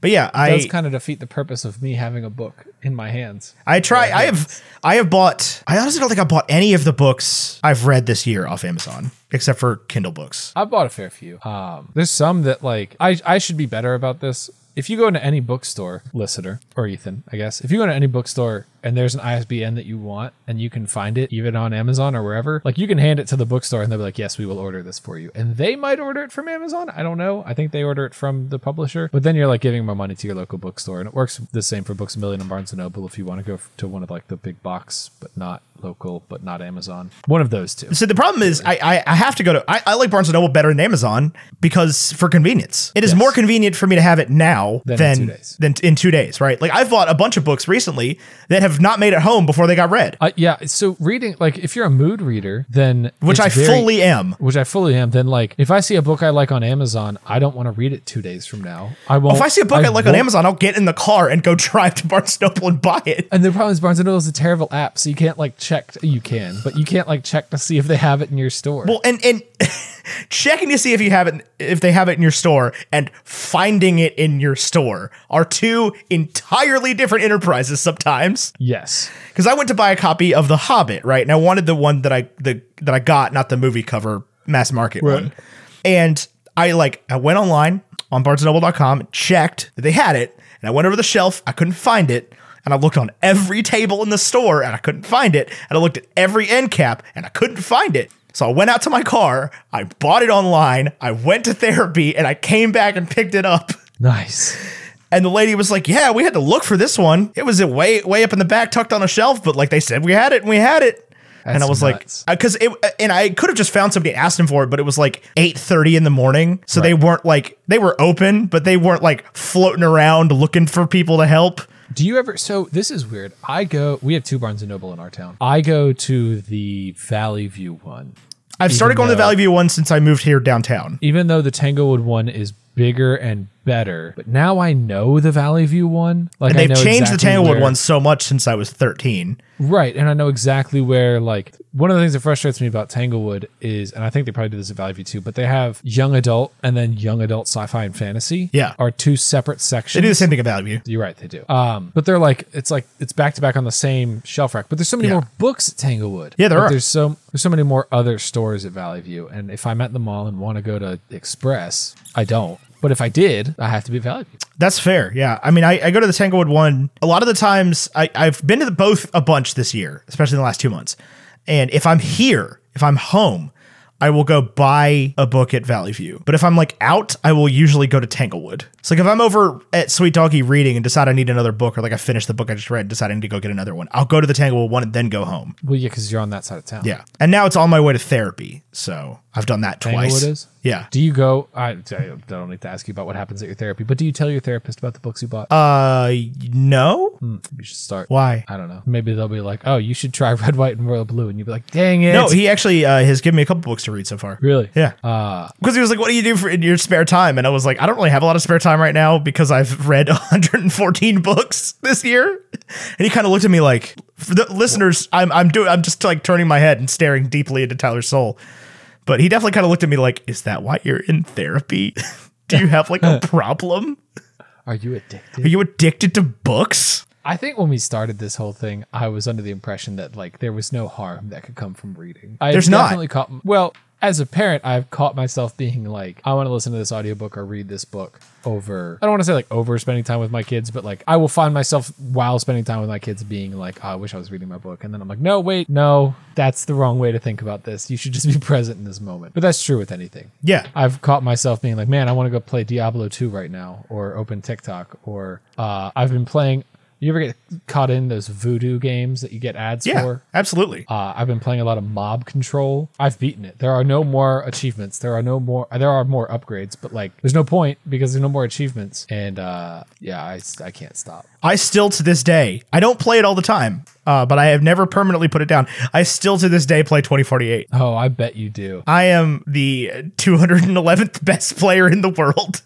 Speaker 3: but yeah,
Speaker 2: It
Speaker 3: I
Speaker 2: does kind of defeat the purpose of me having a book in my hands.
Speaker 3: I try I have I have bought I honestly don't think I bought any of the books I've read this year off Amazon except for Kindle books.
Speaker 2: I've bought a fair few. Um, there's some that like I I should be better about this. If you go into any bookstore, listener or Ethan, I guess, if you go to any bookstore and there's an ISBN that you want and you can find it even on Amazon or wherever, like you can hand it to the bookstore and they'll be like, "Yes, we will order this for you." And they might order it from Amazon. I don't know. I think they order it from the publisher. But then you're like giving more money to your local bookstore, and it works the same for Books a Million and Barnes and Noble if you want to go f- to one of like the big box, but not local, but not Amazon. One of those two.
Speaker 3: So the problem is I I, I have to go to I, I like Barnes and Noble better than Amazon because for convenience. It is
Speaker 2: Yes.
Speaker 3: more convenient for me to have it now
Speaker 2: Than in
Speaker 3: than than
Speaker 2: two
Speaker 3: in,
Speaker 2: days.
Speaker 3: two days, right? Like I've bought a bunch of books recently that have not made it home before they got read.
Speaker 2: Uh, yeah. So reading, like, if you're a mood reader, then
Speaker 3: which
Speaker 2: it's
Speaker 3: I
Speaker 2: very-
Speaker 3: fully am.
Speaker 2: which I fully am. Then, like, if I see a book I like on Amazon, I don't want to read it two days from now. I won't.
Speaker 3: Oh, If I see a book I, like on
Speaker 2: won't-
Speaker 3: Amazon, I'll get in the car and go drive to Barnes and Noble and buy it.
Speaker 2: And the problem is Barnes and Noble is a terrible app, so you can't like check. You can, but you can't like check to see if they have it in your store.
Speaker 3: Well, and and checking to see if you have it if they have it in your store and finding it in your store are two entirely different enterprises sometimes.
Speaker 2: yes,
Speaker 3: Because I went to buy a copy of The Hobbit, right? And I wanted the one that I the that I got, not the movie cover mass market one. And I like I went online on BarnesandNoble.com, checked that they had it, and I went over the shelf. I couldn't find it, and I looked on every table in the store, and I couldn't find it, and I looked at every end cap, and I couldn't find it. So I went out to my car, I bought it online, I went to therapy, and I came back and picked it up.
Speaker 2: Nice.
Speaker 3: And the lady was like, "Yeah, we had to look for this one. It was way way up in the back, tucked on a shelf, but like they said, we had it, and we had it." and I
Speaker 2: That's
Speaker 3: was
Speaker 2: nuts.
Speaker 3: like, because it, uh, and I could have just found somebody and asked him for it, but it was like eight thirty in the morning, so they weren't like they were open, but they weren't like floating around looking for people to help.
Speaker 2: Do you ever? So this is weird. I go. We have two Barnes and Noble in our town. I go to the Valley View one,
Speaker 3: I've started going to the
Speaker 2: though-
Speaker 3: Valley View one since I moved here downtown.
Speaker 2: even though the Tanglewood one is bigger and better. But now I know the Valley View one. Like
Speaker 3: And
Speaker 2: I
Speaker 3: they've
Speaker 2: know
Speaker 3: changed the
Speaker 2: exactly
Speaker 3: Tanglewood
Speaker 2: where-
Speaker 3: one so much since I was thirteen.
Speaker 2: right? And I know exactly where. Like one of the things that frustrates me about Tanglewood is, and I think they probably do this at Valley View too, but they have young adult and then young adult sci-fi and fantasy.
Speaker 3: Yeah.
Speaker 2: are two separate sections.
Speaker 3: They do the same thing at Valley View.
Speaker 2: You're right, they do. Um, but they're like it's like it's back to back on the same shelf rack. But there's so many
Speaker 3: Yeah.
Speaker 2: more books at Tanglewood.
Speaker 3: Yeah, there
Speaker 2: Like,
Speaker 3: are.
Speaker 2: There's so there's so many more other stores at Valley View. And if I'm at the mall and want to go to Express, I don't. But if I did, I have to be at Valley View.
Speaker 3: That's fair. Yeah. I mean, I, I go to the Tanglewood one a lot of the times. I, I've been to the both a bunch this year, especially in the last two months. And if I'm here, if I'm home, I will go buy a book at Valley View. But if I'm like out, I will usually go to Tanglewood. It's like if I'm over at Sweet Doggy reading and decide I need another book, or like I finish the book I just read and decide I need to go get another one, I'll go to the Tanglewood one and then go home.
Speaker 2: Well, yeah, because you're on that side of town.
Speaker 3: Yeah. And now it's on my way to therapy. So I've done that
Speaker 2: Tanglewood
Speaker 3: twice.
Speaker 2: is.
Speaker 3: Yeah.
Speaker 2: Do you go? I, I don't need to ask you about what happens at your therapy, but do you tell your therapist about the books you bought?
Speaker 3: Uh, no.
Speaker 2: you should start.
Speaker 3: Why?
Speaker 2: I don't know. Maybe they'll be like, "Oh, you should try Red, White, and Royal Blue," and you'd be like, "Dang it!"
Speaker 3: No, he actually uh, has given me a couple books to read so far.
Speaker 2: really.
Speaker 3: Yeah.
Speaker 2: Uh,
Speaker 3: because he was like, "What do you do for in your spare time?" And I was like, "I don't really have a lot of spare time right now because I've read 114 books this year." And he kind of looked at me like, "For the listeners, I'm I'm doing I'm just like turning my head and staring deeply into Tyler's soul." But he definitely kind of looked at me like, "Is that why you're in therapy? do you have like a problem?
Speaker 2: are you addicted?
Speaker 3: Are you addicted to books?"
Speaker 2: I think when we started this whole thing, I was under the impression that like there was no harm that could come from reading. I
Speaker 3: There's not.
Speaker 2: definitely caught well, as a parent, I've caught myself being like, I want to listen to this audiobook or read this book over I don't want to say like over spending time with my kids, but like I will find myself while spending time with my kids being like, "Oh, I wish I was reading my book. And then I'm like, no, wait, no, that's the wrong way to think about this. You should just be present in this moment. But that's true with anything.
Speaker 3: Yeah.
Speaker 2: I've caught myself being like, man, I want to go play Diablo 2 right now or open TikTok or uh, I've been playing. You ever get caught in those voodoo games that you get ads
Speaker 3: Yeah,
Speaker 2: for?
Speaker 3: absolutely.
Speaker 2: Uh, I've been playing a lot of mob control. I've beaten it. There are no more achievements. There are no more. There are more upgrades, but like, there's no point because there's no more achievements. And uh, yeah, I, s- I can't stop.
Speaker 3: I still to this day, I don't play it all the time, uh, but I have never permanently put it down. I still to this day play 2048.
Speaker 2: Oh, I bet you do.
Speaker 3: I am the 211th best player in the world.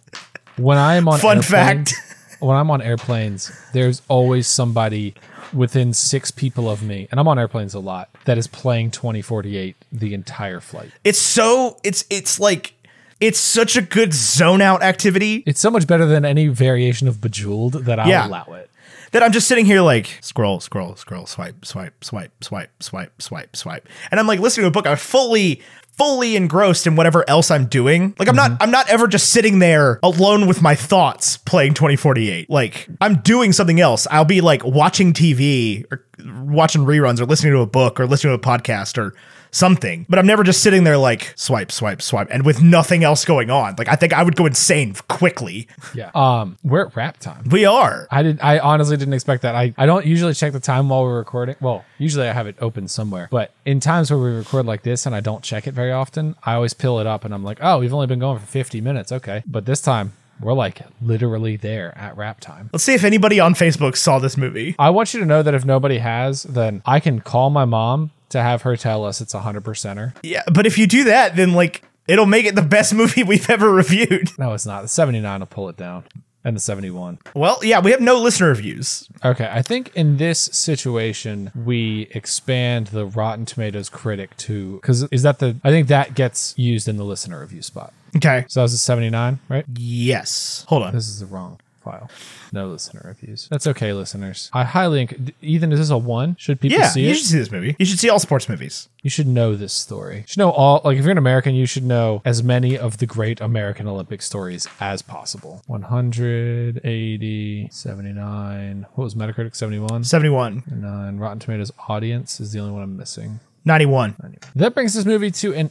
Speaker 2: When I'm on
Speaker 3: Fun
Speaker 2: airplanes-
Speaker 3: fact.
Speaker 2: when I'm on airplanes, there's always somebody within six people of me, and I'm on airplanes a lot, that is playing 2048 the entire flight.
Speaker 3: It's so it's it's like it's such a good zone out activity
Speaker 2: It's so much better than any variation of Bejeweled that I'll
Speaker 3: Yeah.
Speaker 2: allow it.
Speaker 3: that I'm just sitting here like scroll scroll scroll swipe swipe swipe swipe swipe swipe swipe. And I'm like listening to a book I'm fully fully engrossed in whatever else I'm doing. Like I'm not I'm not ever just sitting there alone with my thoughts playing 2048. Like I'm doing something else. I'll be like watching TV or watching reruns or listening to a book or listening to a podcast or something. But I'm never just sitting there like swipe swipe swipe and with nothing else going on. Like I think I would go insane quickly.
Speaker 2: Yeah. Um, we're at wrap time.
Speaker 3: We are.
Speaker 2: I did. I honestly didn't expect that. I, I don't usually check the time while we're recording. Well, usually I have it open somewhere, but in times where we record like this and I don't check it very often, I always pill it up and I'm like, oh, we've only been going for 50 minutes. Okay. But this time we're like literally there at wrap time.
Speaker 3: Let's see if anybody on Facebook saw this movie.
Speaker 2: I want you to know that if nobody has, then I can call my mom to have her tell us it's a hundred percenter.
Speaker 3: Yeah, but if you do that, then like it'll make it the best movie we've ever reviewed.
Speaker 2: No, it's not. The seventy nine will pull it down, and the seventy one.
Speaker 3: Well, yeah, we have no listener reviews.
Speaker 2: Okay, I think in this situation we expand the Rotten Tomatoes critic to because is that the I think that gets used in the listener review spot.
Speaker 3: Okay.
Speaker 2: So that was a seventy nine, right?
Speaker 3: Yes. Hold on.
Speaker 2: This is the wrong file. No listener reviews. That's okay, listeners. I highly enc- Ethan. Is this a one? Should people
Speaker 3: Yeah,
Speaker 2: see
Speaker 3: you
Speaker 2: it?
Speaker 3: should see this movie. You should see all sports movies.
Speaker 2: you should know this story. You should know all like if you're an American, you should know as many of the great American Olympic stories as possible. 180, 79. What was Metacritic 71?
Speaker 3: 71.
Speaker 2: uh, 9 Rotten Tomatoes audience is the only one I'm missing.
Speaker 3: 91.
Speaker 2: That brings this movie to an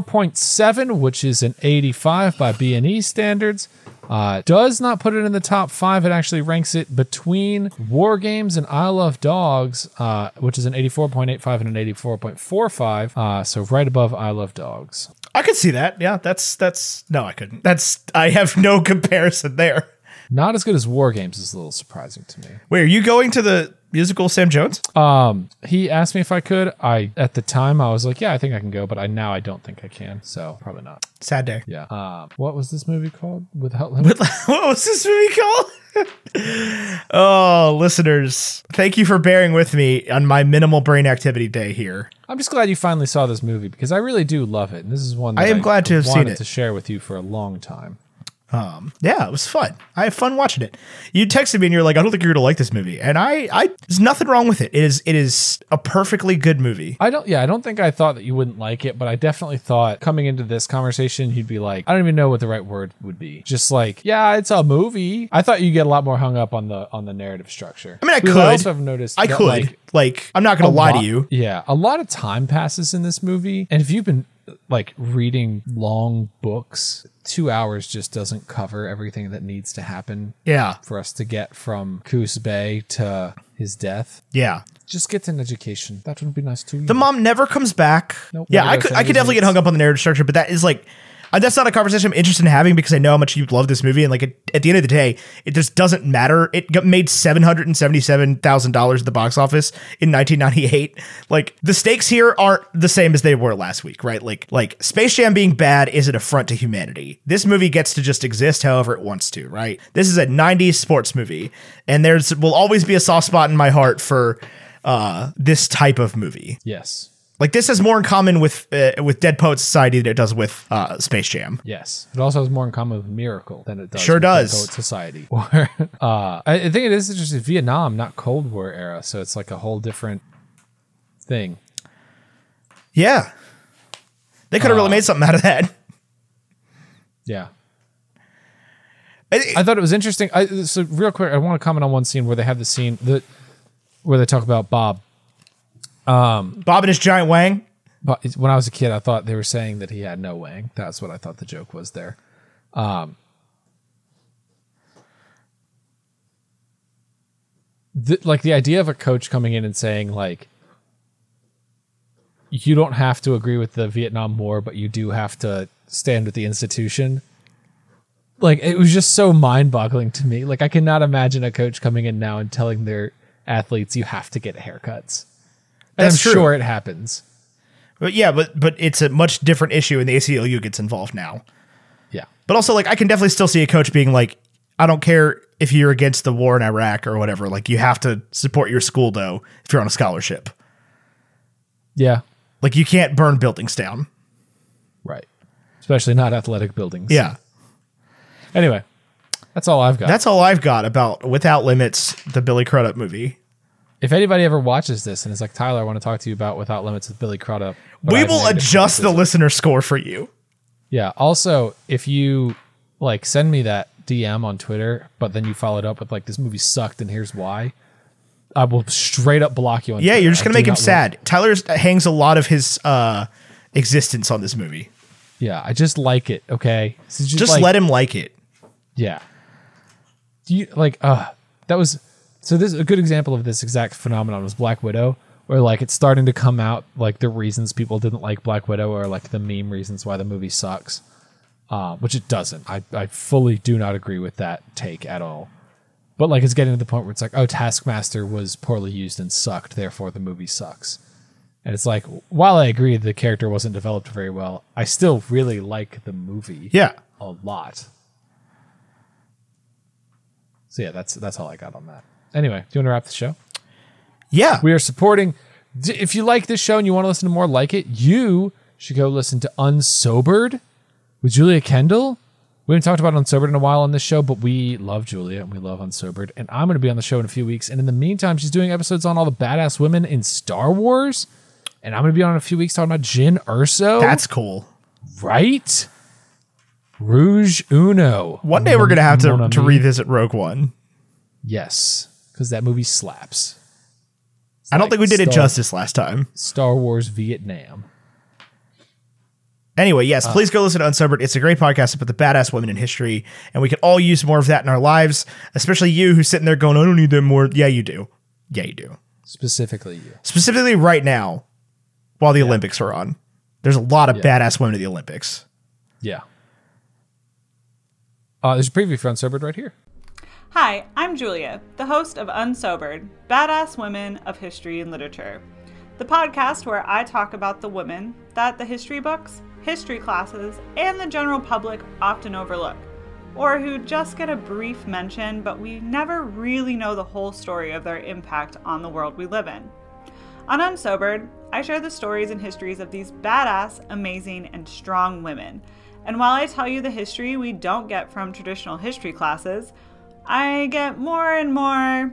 Speaker 2: 84.7, which is an 85 by B&E standards. Uh, does not put it in the top five. It actually ranks it between War Games and I Love Dogs, uh, which is an 84.85 and an 84.45. Uh, so right above I Love Dogs.
Speaker 3: I could see that. Yeah, that's that's no, I couldn't. That's I have no comparison there.
Speaker 2: Not as good as War Games is a little surprising to me.
Speaker 3: Wait, are you going to the musical Sam Jones?
Speaker 2: Um, he asked me if I could. I at the time I was like, yeah, I think I can go, but I now I don't think I can. So probably not.
Speaker 3: Sad day.
Speaker 2: Yeah. Um, what was this movie called? Without
Speaker 3: What, what was this movie called? oh, listeners, thank you for bearing with me on my minimal brain activity day here.
Speaker 2: I'm just glad you finally saw this movie because I really do love it, and this is one that
Speaker 3: I am glad to have seen
Speaker 2: wanted
Speaker 3: it.
Speaker 2: to share with you for a long time.
Speaker 3: Yeah, it was fun. I had fun watching it. You texted me and you're like, I don't think you're gonna like this movie, and I, I, there's nothing wrong with it. It is, it is a perfectly good movie.
Speaker 2: I don't, yeah, I don't think I thought that you wouldn't like it, but I definitely thought coming into this conversation, you'd be like, I don't even know what the right word would be. Just like, yeah, it's a movie. I thought you'd get a lot more hung up on the on the narrative structure.
Speaker 3: I mean, I
Speaker 2: Because
Speaker 3: could.
Speaker 2: also have noticed.
Speaker 3: I
Speaker 2: that,
Speaker 3: could,
Speaker 2: like,
Speaker 3: like, I'm not gonna lie
Speaker 2: lot-
Speaker 3: to you.
Speaker 2: Yeah, a lot of time passes in this movie, and if you've been like reading long books, two hours just doesn't cover everything that needs to happen
Speaker 3: Yeah,
Speaker 2: for us to get from Coos Bay to his death.
Speaker 3: yeah.
Speaker 2: Just get an education. That would be nice too.
Speaker 3: The mom never comes back.
Speaker 2: Nope.
Speaker 3: yeah,
Speaker 2: Never
Speaker 3: I
Speaker 2: goes
Speaker 3: could,
Speaker 2: to
Speaker 3: I could
Speaker 2: any
Speaker 3: definitely get
Speaker 2: meetings.
Speaker 3: hung up on the narrative structure, but that is like, uh, that's not a conversation I'm interested in having because I know how much you love this movie, and like, it, at the end of the day, it just doesn't matter. It got made seven hundred and seventy-seven thousand dollars at the box office in 1998. Like, the stakes here aren't the same as they were last week, right? Like, like Space Jam being bad is an affront to humanity. This movie gets to just exist however it wants to, right? This is a '90s sports movie, and there's will always be a soft spot in my heart for uh this type of movie
Speaker 2: Yes.
Speaker 3: like this has more in common with uh, with Dead Poet Society than it does with uh, Space Jam.
Speaker 2: Yes. It also has more in common with Miracle than it does.
Speaker 3: Sure
Speaker 2: with Dead
Speaker 3: does.
Speaker 2: Poets Society. Or uh, I I think it is just Vietnam, not Cold War era. So it's like a whole different thing.
Speaker 3: Yeah, they could have really made something out of that.
Speaker 2: Yeah.
Speaker 3: I-
Speaker 2: I thought it was interesting. I, so real quick, I want to comment on one scene where they have the scene that where they talk about Bob
Speaker 3: Bob and his giant wang.
Speaker 2: But it's- when I was a kid, I thought they were saying that he had no wang. That's what I thought the joke was there. Um, th- like the idea of a coach coming in and saying like, you don't have to agree with the Vietnam War, but you do have to stand with the institution. Like it was just so mind-boggling to me. Like I cannot imagine a coach coming in now and telling their athletes you have to get haircuts. And
Speaker 3: That's
Speaker 2: I'm
Speaker 3: true.
Speaker 2: sure it happens.
Speaker 3: But yeah, but but it's a much different issue, and the ACLU gets involved now.
Speaker 2: Yeah.
Speaker 3: But also, like, I can definitely still see a coach being like, "I don't care if you're against the war in Iraq or whatever. Like, you have to support your school though if you're on a scholarship.
Speaker 2: Yeah.
Speaker 3: Like, you can't burn buildings down."
Speaker 2: Right. Especially not athletic buildings.
Speaker 3: Yeah.
Speaker 2: Anyway, that's all I've got.
Speaker 3: That's all I've got about Without Limits, the Billy Crudup movie.
Speaker 2: if anybody ever watches this and is like, Tyler, I want to talk to you about Without Limits with Billy Crudup. but I
Speaker 3: we
Speaker 2: have
Speaker 3: will
Speaker 2: negative
Speaker 3: adjust the
Speaker 2: criticism."
Speaker 3: listener score for you.
Speaker 2: Yeah. Also, if you like send me that DM on Twitter, but then you followed up with like, this movie sucked and here's why, I will straight up block you on
Speaker 3: Yeah,
Speaker 2: Twitter.
Speaker 3: you're just
Speaker 2: I
Speaker 3: gonna
Speaker 2: do
Speaker 3: make him
Speaker 2: not want-
Speaker 3: sad. Tyler uh, hangs a lot of his uh, existence on this movie.
Speaker 2: yeah. I just like it. Okay. So
Speaker 3: Just
Speaker 2: like-
Speaker 3: let him like it.
Speaker 2: Yeah. Do you like uh that was so this a good example of this exact phenomenon was Black Widow where like it's starting to come out like the reasons people didn't like Black Widow or like the meme reasons why the movie sucks. Uh, which it doesn't. I, I fully do not agree with that take at all. But like it's getting to the point where it's like, oh, Taskmaster was poorly used and sucked, therefore the movie sucks. And it's like, while I agree the character wasn't developed very well, I still really like the movie
Speaker 3: Yeah.
Speaker 2: a lot. So yeah, that's that's all I got on that. Anyway, do you want to wrap the show?
Speaker 3: Yeah.
Speaker 2: We are supporting. d- If you like this show and you want to listen to more like it, you should go listen to Unsobered with Julia Kendall. We haven't talked about Unsobered in a while on this show, but we love Julia and we love Unsobered. And I'm going to be on the show in a few weeks. And in the meantime, she's doing episodes on all the badass women in Star Wars. And I'm going to be on in a few weeks talking about Jin Urso.
Speaker 3: That's cool.
Speaker 2: right. Rouge Uno.
Speaker 3: One day we're gonna have
Speaker 2: Mon
Speaker 3: to,
Speaker 2: ami.
Speaker 3: to revisit Rogue One.
Speaker 2: Yes, because that movie slaps.
Speaker 3: I don't think we did it
Speaker 2: Star-
Speaker 3: justice last time.
Speaker 2: Star Wars Vietnam.
Speaker 3: Anyway, yes,
Speaker 2: Uh.
Speaker 3: please go listen to Unsobered. It's a great podcast about the badass women in history, and we can all use more of that in our lives, especially you who's sitting there going, I don't need them more. Yeah, you do. Yeah, you do.
Speaker 2: Specifically, you.
Speaker 3: Specifically right now, while the Olympics are on. There's a lot of badass women at the Olympics.
Speaker 2: Yeah. Uh, there's a preview for Unsobered right here.
Speaker 4: Hi, I'm Julia, the host of Unsobered Badass Women of History and Literature, the podcast where I talk about the women that the history books, history classes, and the general public often overlook, or who just get a brief mention, but we never really know the whole story of their impact on the world we live in. On Unsobered, I share the stories and histories of these badass, amazing, and strong women. And while I tell you the history we don't get from traditional history classes, I get more and more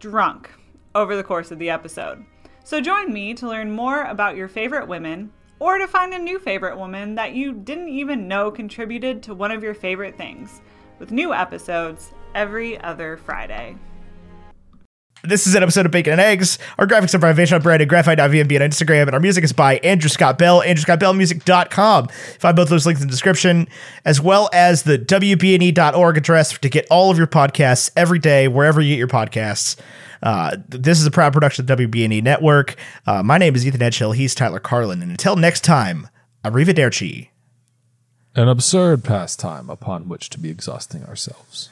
Speaker 4: drunk over the course of the episode. So join me to learn more about your favorite women or to find a new favorite woman that you didn't even know contributed to one of your favorite things, with new episodes every other Friday.
Speaker 3: This is an episode of Bacon and Eggs. Our graphics are by Vaishnav Brand and graphite.vmb on Instagram, and our music is by Andrew Scott Bell, andrewscottbellmusic.com. Find both those links in the description, as well as the wbne.org E address to get all of your podcasts every day, wherever you get your podcasts. Uh, th- this is a proud production of WBNE E Network. Uh, my name is Ethan Edgehill. He's Tyler Carlin. And until next time, arrivederci.
Speaker 2: An absurd pastime upon which to be exhausting ourselves.